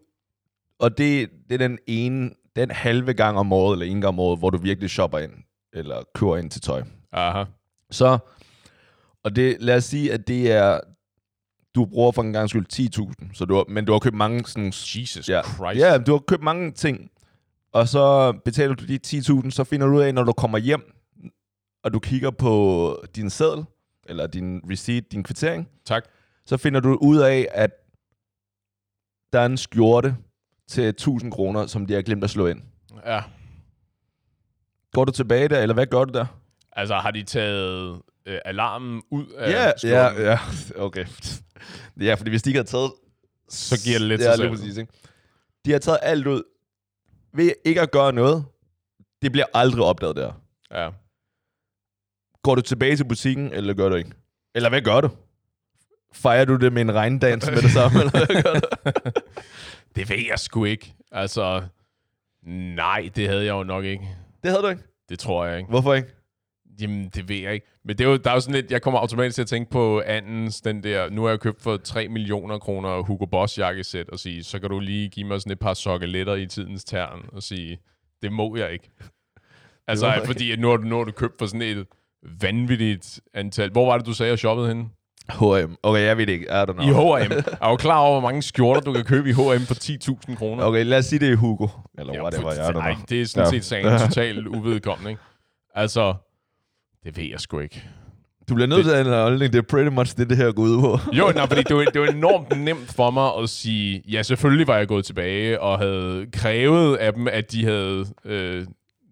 [SPEAKER 1] og det, det er den ene, den halve gang om året, eller en gang om året, hvor du virkelig shopper ind, eller kører ind til tøj.
[SPEAKER 2] Aha.
[SPEAKER 1] Så, og det, lad os sige, at det er, du bruger for en gang skyld 10.000, så du har, men du har købt mange sådan...
[SPEAKER 2] Jesus
[SPEAKER 1] Ja,
[SPEAKER 2] Christ.
[SPEAKER 1] ja, du har købt mange ting, og så betaler du de 10.000, så finder du ud af, når du kommer hjem, og du kigger på din seddel, eller din receipt, din kvittering,
[SPEAKER 2] Tak.
[SPEAKER 1] så finder du ud af, at der er en skjorte til 1000 kroner, som de har glemt at slå ind.
[SPEAKER 2] Ja.
[SPEAKER 1] Går du tilbage der, eller hvad gør du der?
[SPEAKER 2] Altså, har de taget øh, alarmen ud af skjorten?
[SPEAKER 1] ja, (laughs) ja, okay. Ja, fordi hvis de ikke har taget...
[SPEAKER 2] Så giver det lidt
[SPEAKER 1] ja,
[SPEAKER 2] sig
[SPEAKER 1] lige
[SPEAKER 2] selv.
[SPEAKER 1] præcis, ikke? De har taget alt ud. Ved ikke at gøre noget, det bliver aldrig opdaget der.
[SPEAKER 2] ja. (laughs)
[SPEAKER 1] Går du tilbage til butikken, eller gør du ikke? Eller hvad gør du? Fejrer du det med en regndans med det samme, eller
[SPEAKER 2] (laughs)
[SPEAKER 1] hvad gør du?
[SPEAKER 2] Det ved jeg sgu ikke. Altså, nej, det havde jeg jo nok ikke.
[SPEAKER 1] Det havde du ikke.
[SPEAKER 2] Det tror jeg ikke.
[SPEAKER 1] Hvorfor ikke?
[SPEAKER 2] Jamen, det ved jeg ikke. Men det er jo, der er jo sådan lidt, jeg kommer automatisk til at tænke på andens, den der, nu har jeg købt for 3 millioner kroner Hugo Boss jakkesæt, og sige, så kan du lige give mig sådan et par sokkeletter i tidens tern, og sige, det må jeg ikke. Altså,
[SPEAKER 1] Det må jeg
[SPEAKER 2] fordi at nu har, du, nu har du købt for sådan et vanvittigt antal. Hvor var det, du sagde, jeg shoppede henne?
[SPEAKER 1] H&M. Okay, jeg ved det ikke. I don't know.
[SPEAKER 2] I H&M. Er du klar over, hvor mange skjorter, du kan købe i H&M for 10.000 kroner?
[SPEAKER 1] Okay, lad os sige, det er Hugo. Eller
[SPEAKER 2] Ja,
[SPEAKER 1] whatever,
[SPEAKER 2] for-
[SPEAKER 1] jeg don't
[SPEAKER 2] Ej,
[SPEAKER 1] know.
[SPEAKER 2] det er sådan
[SPEAKER 1] Ja.
[SPEAKER 2] set sagen totalt uvedkommende, ikke? Altså, det ved jeg sgu ikke.
[SPEAKER 1] Du bliver nødt til at have en holdning. Det er pretty much det, det her går ud på.
[SPEAKER 2] Jo, nej, fordi det var, det var enormt nemt for mig at sige, ja, selvfølgelig var jeg gået tilbage og havde krævet af dem, at de havde, øh,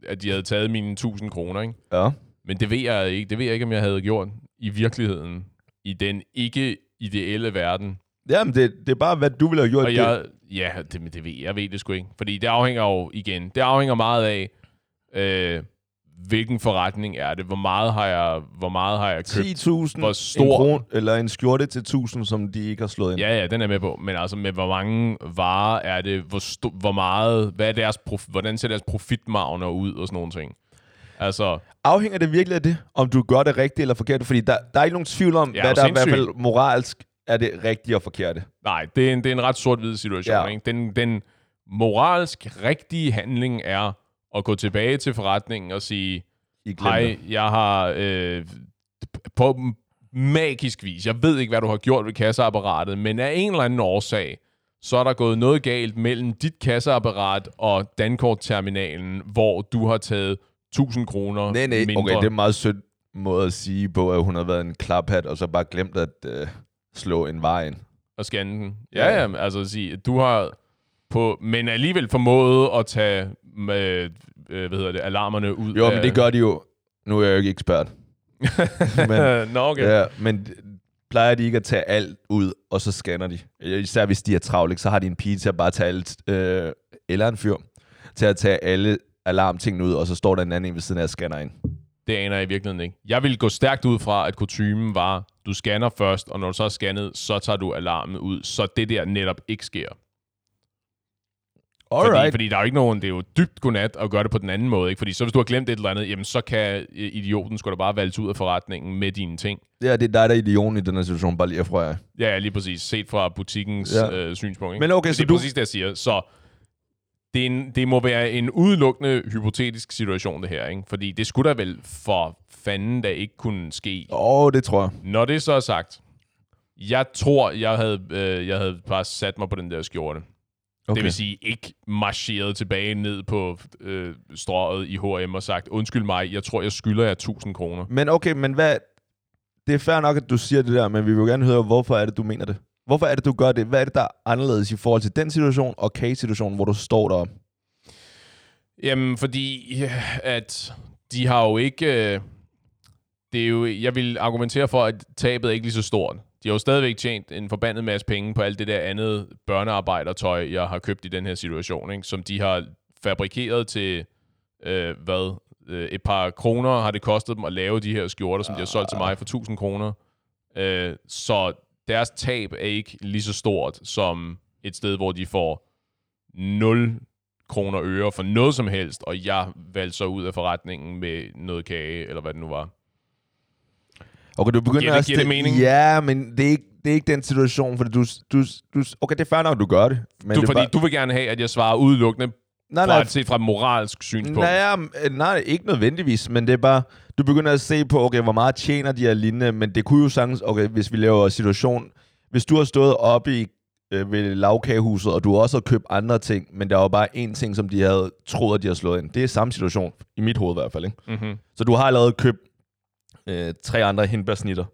[SPEAKER 2] at de havde taget mine 1000 kroner, ikke?
[SPEAKER 1] Ja.
[SPEAKER 2] Men det ved jeg ikke. Det ved jeg ikke, om jeg havde gjort i virkeligheden. I den ikke ideelle verden.
[SPEAKER 1] Jamen, det, det er bare, hvad du ville have gjort.
[SPEAKER 2] Og
[SPEAKER 1] Det-
[SPEAKER 2] jeg, ja, det, men det ved jeg. Jeg ved det sgu ikke. Fordi det afhænger jo, igen, det afhænger meget af, øh, hvilken forretning er det? Hvor meget har jeg, hvor meget har jeg købt?
[SPEAKER 1] 10.000
[SPEAKER 2] Hvor
[SPEAKER 1] en
[SPEAKER 2] stor-
[SPEAKER 1] kron, eller en skjorte til 1.000, som de ikke har slået ind.
[SPEAKER 2] Ja, ja, den er jeg med på. Men altså, med hvor mange varer er det? Hvor, sto- hvor meget? Hvad er deres prof- hvordan ser deres profitmagner ud og sådan nogle ting? Altså,
[SPEAKER 1] Afhænger det virkelig af det, om du gør det rigtigt eller forkert? Fordi der, der er ikke nogen tvivl om,
[SPEAKER 2] Ja,
[SPEAKER 1] hvad
[SPEAKER 2] og
[SPEAKER 1] der i hvert
[SPEAKER 2] sindssygt.
[SPEAKER 1] fald moralsk er det rigtige og forkerte.
[SPEAKER 2] nej, det er en, det er en ret sort-hvid situation.
[SPEAKER 1] Ja.
[SPEAKER 2] Ja. Ikke? Den, den moralsk rigtige handling er at gå tilbage til forretningen og sige,
[SPEAKER 1] I glemte.
[SPEAKER 2] hej, jeg har øh, på magisk vis, jeg ved ikke, hvad du har gjort ved kasseapparatet, men af en eller anden årsag, så er der gået noget galt mellem dit kasseapparat og Dankort-terminalen, hvor du har taget 1000 kroner
[SPEAKER 1] Nej, nej,
[SPEAKER 2] mindre.
[SPEAKER 1] okay, det er en meget sødt måde at sige på, at hun har været en klaphat, og så bare glemt at øh, slå en vej ind.
[SPEAKER 2] at scanne den.
[SPEAKER 1] Ja,
[SPEAKER 2] Ja,
[SPEAKER 1] ja.
[SPEAKER 2] ja, altså at sige, at du har på, men alligevel formået at tage med, øh, hvad hedder det, alarmerne ud
[SPEAKER 1] Jo,
[SPEAKER 2] af...
[SPEAKER 1] men det gør de jo. Nu er jeg jo ikke
[SPEAKER 2] (laughs)
[SPEAKER 1] ekspert. men,
[SPEAKER 2] Nå, okay.
[SPEAKER 1] ja, men plejer de ikke at tage alt ud, og så scanner de? Især hvis de er travle, ikke? så har de en pige til at bare tage alt, øh, eller en fyr, til at tage alle alarmtingene ud, og så står der en anden en ved siden af og scanner ind.
[SPEAKER 2] Det aner jeg i virkeligheden ikke. Jeg vil gå stærkt ud fra, at kutumen var, du scanner først, og når du så er scannet, så tager du alarmen ud, så det der netop ikke sker. Fordi, fordi der er jo ikke nogen, det er jo dybt godnat at gøre det på den anden måde. Ikke? Fordi så hvis du har glemt et eller andet, jamen så kan øh, idioten skulle da bare valse ud af forretningen med dine ting.
[SPEAKER 1] Ja, det er dig, der er idioten i den her situation, bare lige herfra. jeg.
[SPEAKER 2] Ja, ja, lige præcis. Set fra butikkens
[SPEAKER 1] Ja.
[SPEAKER 2] ja. øh, synspunkt. Ikke?
[SPEAKER 1] Men okay,
[SPEAKER 2] det
[SPEAKER 1] så
[SPEAKER 2] er
[SPEAKER 1] du-
[SPEAKER 2] præcis det, jeg siger. Så det, er en, det må være en udelukkende hypotetisk situation, det her. Ikke? Fordi det skulle da vel for fanden, der ikke kunne ske
[SPEAKER 1] Åh, oh, det tror jeg.
[SPEAKER 2] Når det så er sagt, jeg tror, jeg havde, øh, jeg havde bare sat mig på den der skjorte. Okay.
[SPEAKER 1] Okay.
[SPEAKER 2] Det vil sige, ikke marcheret tilbage ned på øh, strøget i H&M og sagt, undskyld mig, jeg tror, jeg skylder jer 1000 kroner.
[SPEAKER 1] Men okay, men hvad... Det er fair nok, at du siger det der, men vi vil jo gerne høre, hvorfor er det, du mener det? Hvorfor er det, du gør det? Hvad er det, der er anderledes i forhold til den situation og case-situationen, hvor du står deroppe?
[SPEAKER 2] Jamen, fordi ja, at de har jo ikke... Øh, det er jo, jeg vil argumentere for, at tabet er ikke lige så stort. De har jo stadigvæk tjent en forbandet masse penge på alt det der andet børnearbejdertøj, jeg har købt i den her situation, ikke? som de har fabrikeret til, øh, hvad, øh, et par kroner har det kostet dem at lave de her skjorter, som de har solgt til mig for 1000 kroner. Øh, så deres tab er ikke lige så stort som et sted, hvor de får 0 kroner og øre for noget som helst, og jeg valgte så ud af forretningen med noget kage, eller hvad det nu var.
[SPEAKER 1] Okay, du begynder
[SPEAKER 2] Giver det-
[SPEAKER 1] at
[SPEAKER 2] giver det
[SPEAKER 1] stille-
[SPEAKER 2] mening?
[SPEAKER 1] Ja, men det er ikke, det er ikke den situation, fordi du, du, du... Okay, det er fair nok, at du gør det. Men
[SPEAKER 2] Du,
[SPEAKER 1] det er
[SPEAKER 2] fordi
[SPEAKER 1] bare-
[SPEAKER 2] du vil gerne have, at jeg svarer udelukkende
[SPEAKER 1] Nej,
[SPEAKER 2] fra,
[SPEAKER 1] nej,
[SPEAKER 2] et- set fra et moralsk synspunkt.
[SPEAKER 1] nej, ja, men- nej, ikke nødvendigvis, men det er bare... Du begynder at se på, okay, hvor meget tjener de her lignende, men det kunne jo sagtens... Okay, hvis vi laver situation... Hvis du har stået oppe i øh, ved lavkagehuset, og du også har købt andre ting, men der var bare én ting, som de havde troet, at de havde slået ind. Det er samme situation, i mit hoved i hvert fald. Ikke?
[SPEAKER 2] Mm-hmm.
[SPEAKER 1] Så du har allerede købt øh, tre andre hindbærsnitter,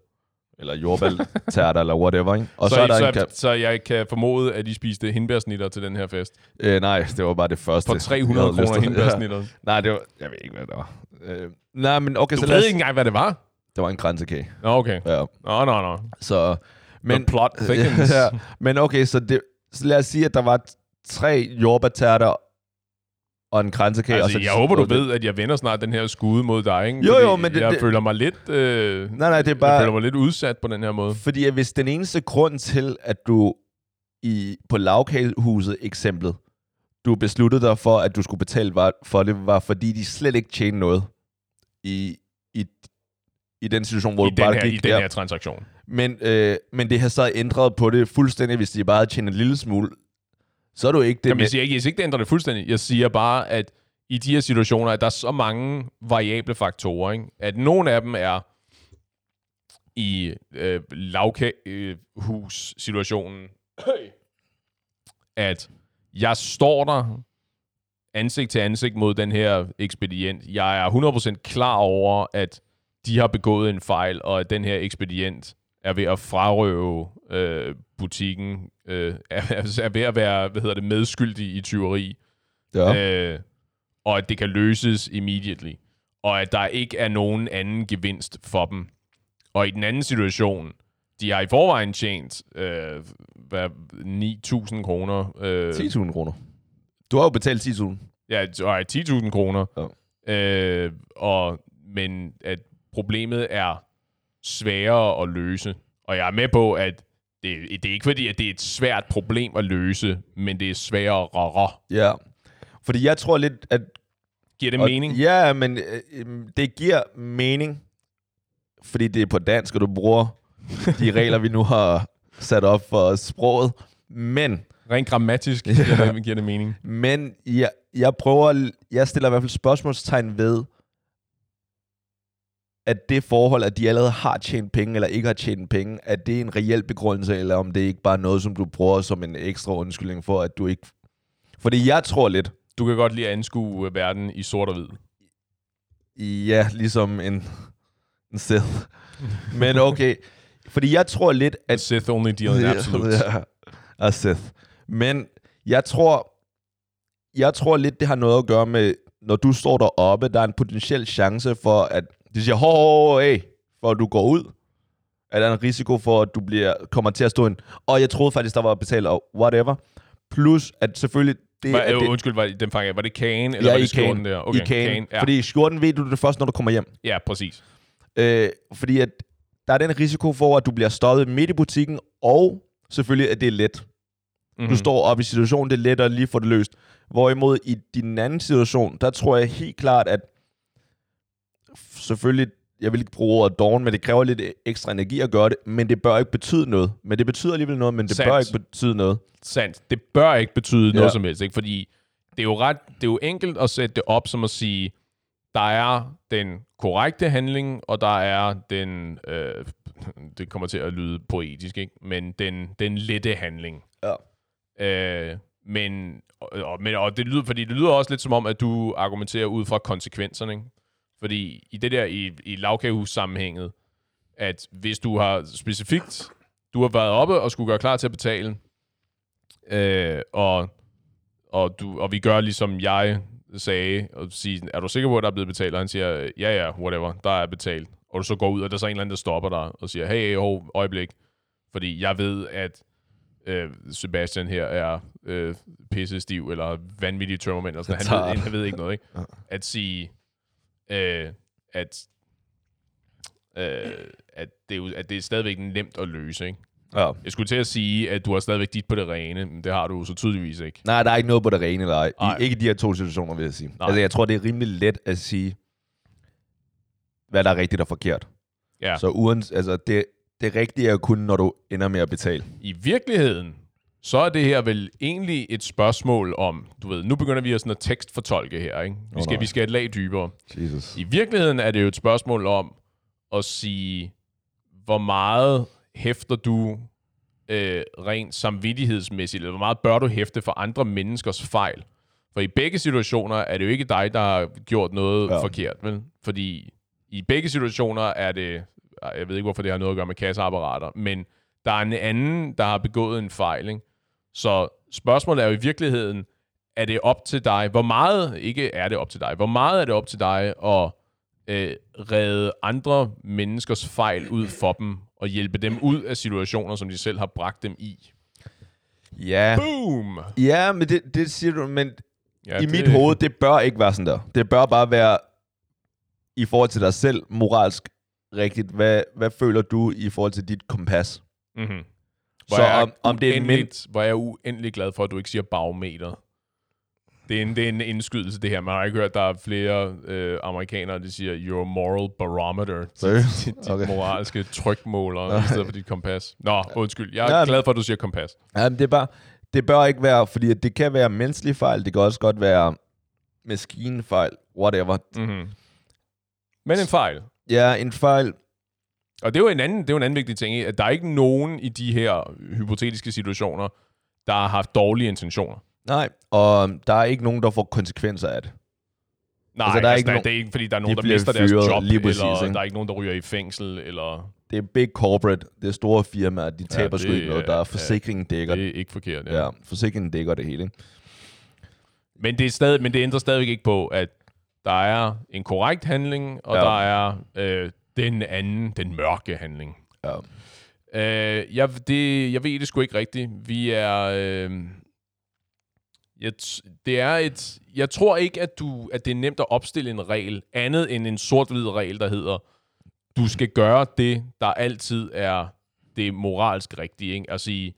[SPEAKER 1] eller jordbærtærter, eller whatever. Ikke? Og så,
[SPEAKER 2] Så,
[SPEAKER 1] så er der
[SPEAKER 2] så,
[SPEAKER 1] en kap-
[SPEAKER 2] jeg, så jeg kan formode, at de spiste hindbærsnitter til den her fest.
[SPEAKER 1] Øh, nej, det var bare det første.
[SPEAKER 2] For 300
[SPEAKER 1] jeg havde lyst
[SPEAKER 2] kroner
[SPEAKER 1] til. (laughs)
[SPEAKER 2] hindbærsnitter.
[SPEAKER 1] Ja. Nej, det var... Jeg ved ikke, hvad det var. Øh, nej, men okay,
[SPEAKER 2] Du
[SPEAKER 1] så lad
[SPEAKER 2] ved
[SPEAKER 1] os,
[SPEAKER 2] ikke engang, hvad det var?
[SPEAKER 1] Det var en kransekage.
[SPEAKER 2] Nå, okay.
[SPEAKER 1] Ja,
[SPEAKER 2] Nå, nå, nå.
[SPEAKER 1] så...
[SPEAKER 2] Men, The plot
[SPEAKER 1] (laughs)
[SPEAKER 2] thickens.
[SPEAKER 1] ja, men okay, så, det, så lad os sige, at der var tre jordbærtærter og en kransekage. og
[SPEAKER 2] Altså,
[SPEAKER 1] så
[SPEAKER 2] jeg håber, du ved, at jeg vender snart den her skude mod dig, ikke?
[SPEAKER 1] Jo,
[SPEAKER 2] Fordi
[SPEAKER 1] jo, men det-
[SPEAKER 2] jeg
[SPEAKER 1] det-
[SPEAKER 2] føler mig lidt... Øh,
[SPEAKER 1] Nej, nej, det er
[SPEAKER 2] Jeg
[SPEAKER 1] bare...
[SPEAKER 2] føler mig lidt udsat på den her måde.
[SPEAKER 1] Fordi at hvis den eneste grund til, at du i, på lavkagehuset eksemplet, du besluttede dig for, at du skulle betale var, for det, var fordi de slet ikke tjente noget i, i, i den situation, hvor
[SPEAKER 2] I
[SPEAKER 1] du
[SPEAKER 2] den,
[SPEAKER 1] bare
[SPEAKER 2] her, I
[SPEAKER 1] gik
[SPEAKER 2] den
[SPEAKER 1] der.
[SPEAKER 2] her transaktion.
[SPEAKER 1] Men, øh, men det har så ændret på det fuldstændig, hvis de bare havde tjent en lille smule. Så er du ikke det.
[SPEAKER 2] Jamen,
[SPEAKER 1] med-
[SPEAKER 2] jeg siger ikke, jeg siger ikke, det ændrer det fuldstændig. Jeg siger bare, at i de her situationer, at der er så mange variable faktorer, ikke? at nogle af dem er i øh, lavkæhus-situationen, at jeg står der ansigt til ansigt mod den her ekspedient. Jeg er 100% klar over, at de har begået en fejl, og at den her ekspedient er ved at frarøve øh, butikken, øh, er, er er ved at være hvad hedder det, medskyldig i tyveri,
[SPEAKER 1] Ja. Øh.
[SPEAKER 2] øh, og at det kan løses immediately, og at der ikke er nogen anden gevinst for dem. Og i den anden situation, de har i forvejen tjent øh, hvad, 9.000 kroner. Øh,
[SPEAKER 1] 10.000 kroner. Du har jo betalt 10.000.
[SPEAKER 2] Ja, t- og er 10.000 kroner. Ja. Øh, og, men at problemet er sværere at løse. Og jeg er med på, at det, det er ikke fordi, at det er et svært problem at løse, men det er sværere.
[SPEAKER 1] Ja. Fordi jeg tror lidt, at...
[SPEAKER 2] Giver det
[SPEAKER 1] og-
[SPEAKER 2] mening?
[SPEAKER 1] Ja, men øh, øhm, det giver mening, fordi det er på dansk, og du bruger de regler, vi nu har sat op for sproget. Men
[SPEAKER 2] Rent grammatisk giver, det, giver det mening.
[SPEAKER 1] Men jeg, jeg prøver, jeg stiller i hvert fald spørgsmålstegn ved, at det forhold, at de allerede har tjent penge eller ikke har tjent penge, at det er en reel begrundelse, eller om det ikke bare er noget, som du bruger som en ekstra undskyldning for, at du ikke... Fordi jeg tror lidt,
[SPEAKER 2] Du kan godt lide at anskue øh, verden i sort og hvid.
[SPEAKER 1] ja, ligesom en, en sted. Men okay, fordi jeg tror lidt,
[SPEAKER 2] At
[SPEAKER 1] at
[SPEAKER 2] Sith only deal in absolute.
[SPEAKER 1] Ja, og Seth. Men jeg tror, jeg tror lidt, det har noget at gøre med, når du står deroppe, der er en potentiel chance for, at de siger, hov, hov, hov, hey, for at du går ud. Er der en risiko for, at du bliver, kommer til at stå en, og jeg troede faktisk, der var betalt, og whatever. Plus, at selvfølgelig... Det,
[SPEAKER 2] Var,
[SPEAKER 1] at det,
[SPEAKER 2] øh, undskyld, var, det- den fanger jeg. Var det kagen, eller
[SPEAKER 1] ja,
[SPEAKER 2] var
[SPEAKER 1] i
[SPEAKER 2] det
[SPEAKER 1] kagen.
[SPEAKER 2] skjorten der?
[SPEAKER 1] I kagen.
[SPEAKER 2] ja.
[SPEAKER 1] Fordi i skjorten ved du det først, når du kommer hjem.
[SPEAKER 2] ja, præcis.
[SPEAKER 1] Øh, fordi at der er den risiko for, at du bliver stoppet midt i butikken, og selvfølgelig, at det er let.
[SPEAKER 2] Mm-hmm.
[SPEAKER 1] Du står op i situationen, det er lettere lige at få det løst. Hvorimod i din anden situation, der tror jeg helt klart, at f- selvfølgelig, jeg vil ikke bruge ordet doven, men det kræver lidt ekstra energi at gøre det, men det bør ikke betyde noget. Men det betyder alligevel noget, men det
[SPEAKER 2] Sandt.
[SPEAKER 1] bør ikke betyde noget.
[SPEAKER 2] sandt. Det bør ikke betyde ja.
[SPEAKER 1] Ja.
[SPEAKER 2] noget som helst, ikke? fordi det er, jo ret, det er jo enkelt at sætte det op som at sige, der er den korrekte handling, og der er den, øh, (laughs) det kommer til at lyde poetisk, ikke? men den, den lette handling.
[SPEAKER 1] Ja.
[SPEAKER 2] Øh, men, og, og, men, og det lyder, fordi det lyder også lidt som om, at du argumenterer ud fra konsekvenserne. Ikke? Fordi i det der, i, i lavkagehus-sammenhænget, at hvis du har specifikt, du har været oppe og skulle gøre klar til at betale, øh, og, og, du, og vi gør ligesom jeg sagde, og sige, er du sikker på, at der er blevet betalt? Og han siger, øh, ja ja, whatever, der er betalt. Og du så går ud, og der er så en eller anden, der stopper dig og siger, hey, hov, øjeblik. Fordi jeg ved, at øh, Sebastian her er øh, pissestiv, eller vanvittig tømmermænd, eller sådan. Han,
[SPEAKER 1] Tager
[SPEAKER 2] ved,
[SPEAKER 1] den.
[SPEAKER 2] han ved ikke noget, ikke? At sige, øh, at, øh, at, det, er jo- at det er stadigvæk nemt at løse, ikke?
[SPEAKER 1] Ja.
[SPEAKER 2] Jeg skulle til at sige, at du har stadigvæk dit på det rene, men det har du jo så tydeligvis ikke.
[SPEAKER 1] Nej, der er ikke noget på det rene eller ej.
[SPEAKER 2] Nej.
[SPEAKER 1] I, ikke i de her to situationer, vil jeg sige.
[SPEAKER 2] Nej.
[SPEAKER 1] Altså, jeg tror, det er rimelig let at sige, hvad der er rigtigt og forkert.
[SPEAKER 2] Ja.
[SPEAKER 1] Så uans, altså, det, det rigtige er kun, når du ender med at betale.
[SPEAKER 2] I virkeligheden, så er det her vel egentlig et spørgsmål om, du ved, nu begynder vi at sådan at tekstfortolke her, ikke? Vi
[SPEAKER 1] Åh,
[SPEAKER 2] skal,
[SPEAKER 1] nej.
[SPEAKER 2] vi skal et lag dybere.
[SPEAKER 1] Jesus.
[SPEAKER 2] I virkeligheden er det jo et spørgsmål om at sige, hvor meget hæfter du øh, rent samvittighedsmæssigt, eller hvor meget bør du hæfte for andre menneskers fejl? For i begge situationer er det jo ikke dig, der har gjort noget ja.
[SPEAKER 1] Ja.
[SPEAKER 2] forkert, vel? Fordi i begge situationer er det, ej, jeg ved ikke, hvorfor det har noget at gøre med kasseapparater, men der er en anden, der har begået en fejl, ikke? Så spørgsmålet er jo i virkeligheden, er det op til dig, hvor meget, ikke er det op til dig, hvor meget er det op til dig at øh, redde andre menneskers fejl ud for dem, og hjælpe dem ud af situationer, som de selv har bragt dem i.
[SPEAKER 1] Ja.
[SPEAKER 2] Boom!
[SPEAKER 1] Ja, men det, det siger du, men
[SPEAKER 2] Ja,
[SPEAKER 1] I mit hoved, det bør ikke være sådan der. Det bør bare være, i forhold til dig selv, moralsk rigtigt. Hvad, hvad føler du i forhold til dit kompas?
[SPEAKER 2] Mm-hmm. Hvor
[SPEAKER 1] Så
[SPEAKER 2] jeg
[SPEAKER 1] om, om det er en mind...
[SPEAKER 2] uendeligt- Hvor jeg er uendelig glad for, at du ikke siger bagmeter. Det er en, det er en indskydelse, det her. Man har ikke hørt, at der er flere øh, amerikanere, der siger, your moral barometer.
[SPEAKER 1] Seriøst?
[SPEAKER 2] Dit, dit
[SPEAKER 1] Okay.
[SPEAKER 2] moralske
[SPEAKER 1] (laughs)
[SPEAKER 2] trykmåler, i stedet for dit kompas. Nå, undskyld. Jeg er
[SPEAKER 1] Ja,
[SPEAKER 2] ja,
[SPEAKER 1] men-
[SPEAKER 2] glad for, at du siger kompas.
[SPEAKER 1] Jamen, det, er bare, det bør ikke være, fordi at det kan være menneskelige fejl, det kan også godt være maskinefejl, whatever.
[SPEAKER 2] Mm-hmm. Men en fejl.
[SPEAKER 1] Ja, en fejl,
[SPEAKER 2] Og det er jo en anden, det er jo en anden vigtig ting, ikke? at der er ikke nogen i de her hypotetiske situationer, der har haft dårlige intentioner.
[SPEAKER 1] nej. Og der er ikke nogen, der får konsekvenser af det.
[SPEAKER 2] Nej,
[SPEAKER 1] Altså,
[SPEAKER 2] altså,
[SPEAKER 1] der
[SPEAKER 2] der
[SPEAKER 1] er
[SPEAKER 2] altså,
[SPEAKER 1] ikke
[SPEAKER 2] der,
[SPEAKER 1] nogen-
[SPEAKER 2] det er ikke, fordi der er nogen, der
[SPEAKER 1] bliver
[SPEAKER 2] mister deres
[SPEAKER 1] fyret,
[SPEAKER 2] job,
[SPEAKER 1] lige præcis,
[SPEAKER 2] eller
[SPEAKER 1] ikke?
[SPEAKER 2] der er ikke nogen, der ryger i fængsel, eller
[SPEAKER 1] Det er big corporate, det er store firmaer, de taber ja,
[SPEAKER 2] det
[SPEAKER 1] sgu ikke noget.
[SPEAKER 2] er-
[SPEAKER 1] Der er
[SPEAKER 2] ja,
[SPEAKER 1] forsikringen dækker,
[SPEAKER 2] det er ikke forkert. Ja.
[SPEAKER 1] ja. ja, forsikringen dækker det hele. ikke?
[SPEAKER 2] Men, det er stadig, men det ændrer stadig ikke på, at der er en korrekt handling, og
[SPEAKER 1] Ja.
[SPEAKER 2] ja. der er øh, den anden, den mørke handling.
[SPEAKER 1] Ja.
[SPEAKER 2] Øh, jeg, det, jeg ved det sgu ikke rigtigt. Vi er... Øh, jeg, t- det er et, jeg tror ikke, at, du, at det er nemt at opstille en regel, andet end en sort-hvid regel, der hedder, du skal gøre det, der altid er det moralsk rigtige. Ikke? At sige,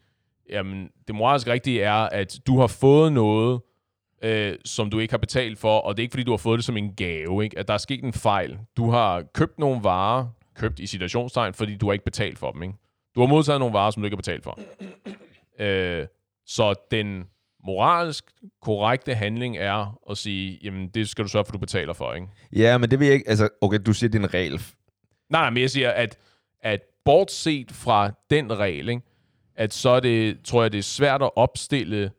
[SPEAKER 2] jamen, det moralsk rigtige er, at du har fået noget, øh, som du ikke har betalt for, og det er ikke, fordi du har fået det som en gave, ikke? at der er sket en fejl. Du har købt nogle varer, købt i citationstegn, fordi du har ikke betalt for dem. Ikke? Du har modtaget nogle varer, som du ikke har betalt for. øh, så den moralsk korrekte handling er at sige, jamen, det skal du sørge for, du betaler for. Ikke?
[SPEAKER 1] ja, men det vil jeg ikke... Altså, okay, du siger, det er en regel.
[SPEAKER 2] Nej, nej, men jeg siger, at, at bortset fra den regel, ikke, at så er det, tror jeg, det er svært at opstille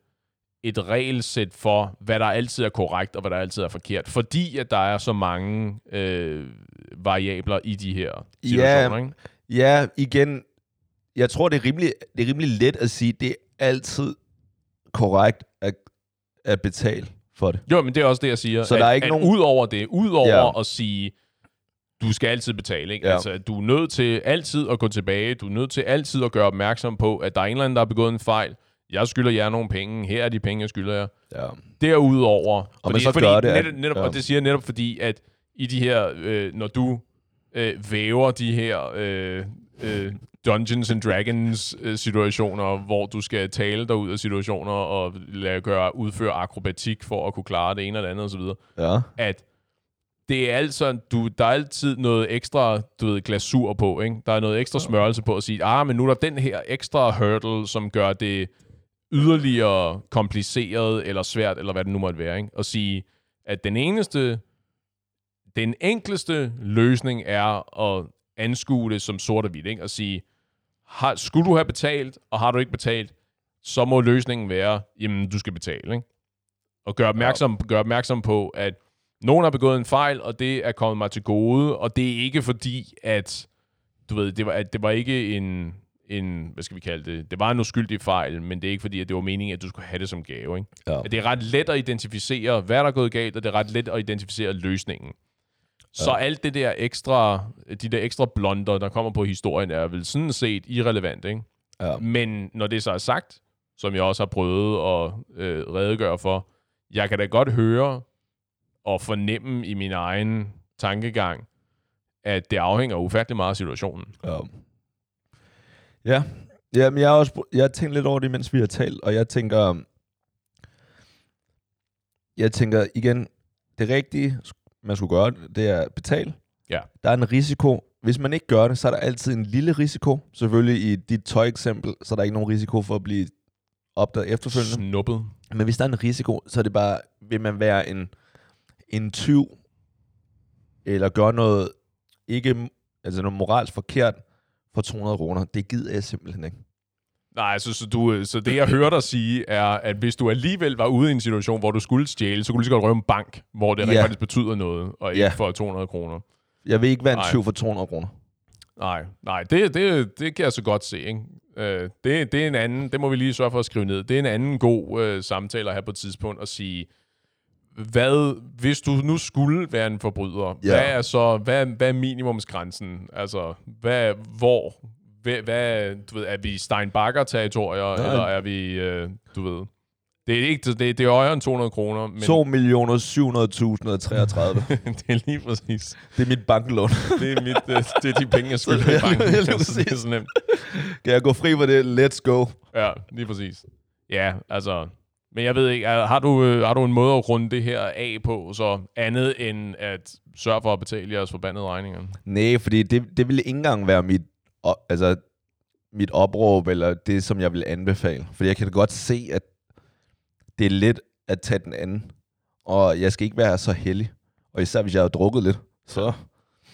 [SPEAKER 2] et regelsæt for, hvad der altid er korrekt og hvad der altid er forkert. Fordi at der er så mange øh, variabler i de her situationer. Ikke?
[SPEAKER 1] Ja, igen, jeg tror, det er rimelig, det er rimelig let at sige, det er altid korrekt at, at betale for det.
[SPEAKER 2] Jo, men det er også det, jeg siger.
[SPEAKER 1] Så
[SPEAKER 2] at,
[SPEAKER 1] der er ikke
[SPEAKER 2] at
[SPEAKER 1] nogen-
[SPEAKER 2] Ud over det, ud over
[SPEAKER 1] Ja.
[SPEAKER 2] ja. at sige, du skal altid betale, ikke?
[SPEAKER 1] Ja.
[SPEAKER 2] Ja. Altså, at du er nødt til altid at gå tilbage, du er nødt til altid at gøre opmærksom på, at der er en eller anden, der har begået en fejl, jeg skylder jer nogle penge, her er de penge, jeg skylder jer.
[SPEAKER 1] Ja.
[SPEAKER 2] derudover. Og
[SPEAKER 1] man så gør det, at-
[SPEAKER 2] Netop, netop,
[SPEAKER 1] ja.
[SPEAKER 2] Og det siger jeg netop fordi, at i de her, øh, når du øh, væver de her øh, øh, Dungeons and Dragons øh, situationer, hvor du skal tale dig ud af situationer og lade gøre, udføre akrobatik for at kunne klare det ene og det andet osv.,
[SPEAKER 1] Ja.
[SPEAKER 2] at det er altså, du, der er altid noget ekstra du ved, glasur på. Ikke? Der er noget ekstra smørelse på at sige, ah, men nu er der den her ekstra hurdle, som gør det yderligere kompliceret eller svært, eller hvad det nu måtte være. Ikke? At sige, at den eneste, den enkleste løsning er at anskue det som sort og hvidt. Ikke? At sige, har, skulle du have betalt, og har du ikke betalt, så må løsningen være, jamen du skal betale. Ikke? Og gøre opmærksom, gør opmærksom på, at nogen har begået en fejl, og det er kommet mig til gode, og det er ikke fordi, at du ved, det var, at det var ikke en, en, hvad skal vi kalde det, det var en uskyldig fejl, men det er ikke fordi, at det var meningen, at du skulle have det som gave, ikke?
[SPEAKER 1] Ja.
[SPEAKER 2] At det er ret let at identificere, hvad der er gået galt, og det er ret let at identificere løsningen. Så alt det der ekstra, de der ekstra blonder, der kommer på historien, er vel sådan set irrelevant, ikke?
[SPEAKER 1] Ja.
[SPEAKER 2] Men når det så er sagt, som jeg også har prøvet at øh, redegøre for, jeg kan da godt høre og fornemme i min egen tankegang, at det afhænger ufattelig meget af situationen.
[SPEAKER 1] Ja. Ja. Jamen, jeg har også br- jeg har tænkt lidt over det, mens vi har talt, og jeg tænker, jeg tænker igen, det rigtige, sk- man skulle gøre, det er at betale.
[SPEAKER 2] Ja.
[SPEAKER 1] Der er en risiko. Hvis man ikke gør det, så er der altid en lille risiko. Selvfølgelig i dit tøjeksempel, så er der ikke nogen risiko for at blive opdaget efterfølgende.
[SPEAKER 2] Snuppet.
[SPEAKER 1] Men hvis der er en risiko, så er det bare, vil man være en, en tyv, eller gøre noget, ikke, altså noget moralsk forkert, for 200 kroner. Det gider jeg simpelthen ikke.
[SPEAKER 2] Nej, så, så, du, øh, så det, jeg hører dig sige, er, at hvis du alligevel var ude i en situation, hvor du skulle stjæle, så kunne du lige så godt røve en bank, hvor det rent
[SPEAKER 1] Ja.
[SPEAKER 2] faktisk betyder noget, og ikke
[SPEAKER 1] Ja.
[SPEAKER 2] for 200 kroner.
[SPEAKER 1] Jeg vil ikke være en
[SPEAKER 2] Nej.
[SPEAKER 1] tyv for 200 kroner.
[SPEAKER 2] Nej, nej, det, det, det kan jeg så godt se, ikke? Øh, det, det er en anden, det må vi lige sørge for at skrive ned, det er en anden god øh, samtale at have på et tidspunkt, at sige, hvad, hvis du nu skulle være en forbryder,
[SPEAKER 1] Ja.
[SPEAKER 2] ja. hvad er så, hvad, hvad er minimumsgrænsen? Altså, hvad, hvor, hvad, hvad, du ved, er vi Steinbacher-territorier,
[SPEAKER 1] Nej.
[SPEAKER 2] eller er vi, øh, du ved, det er ikke, det, det er højere end 200 kroner, men
[SPEAKER 1] 2.700.033.
[SPEAKER 2] (laughs) det er lige præcis,
[SPEAKER 1] det er mit banklån.
[SPEAKER 2] det er, mit, øh, det er de
[SPEAKER 1] (laughs)
[SPEAKER 2] penge, jeg skylder i banken.
[SPEAKER 1] Lige
[SPEAKER 2] Altså, det er
[SPEAKER 1] præcis.
[SPEAKER 2] så nemt.
[SPEAKER 1] kan jeg gå fri for det? Let's go.
[SPEAKER 2] Ja, lige præcis. Ja, altså... Men jeg ved ikke, er- har du, øh, har du en måde at runde det her af på, så andet end at sørge for at betale jeres forbandede regninger?
[SPEAKER 1] Nej, fordi det, det ville ikke engang være mit, op- altså, mit opråb, eller det, som jeg vil anbefale. Fordi jeg kan da godt se, at det er let at tage den anden. Og jeg skal ikke være så heldig. Og især hvis jeg har drukket lidt. Så,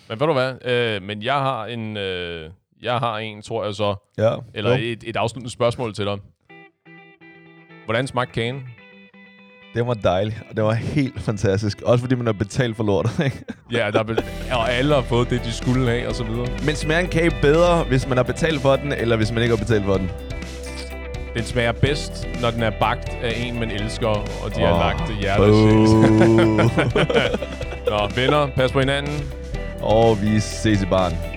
[SPEAKER 2] Men ved du hvad? Øh, men jeg har en, øh, jeg har en, tror jeg så,
[SPEAKER 1] ja.
[SPEAKER 2] eller et, et afsluttende spørgsmål til dig. Hvordan smagte kagen?
[SPEAKER 1] Det var dejligt, og det var helt fantastisk. Også fordi man har betalt for lortet, (laughs) ikke?
[SPEAKER 2] Ja, der er, be- og alle har fået det, de skulle have, og så videre.
[SPEAKER 1] Men smager en kage bedre, hvis man har betalt for den, eller hvis man ikke har betalt for den?
[SPEAKER 2] Den smager bedst, når den er bagt af en, man elsker, og de oh, har
[SPEAKER 1] Åh,
[SPEAKER 2] lagt det hjerte oh.
[SPEAKER 1] Boo.
[SPEAKER 2] (laughs) Nå, venner, pas på hinanden.
[SPEAKER 1] Og vi ses i barn.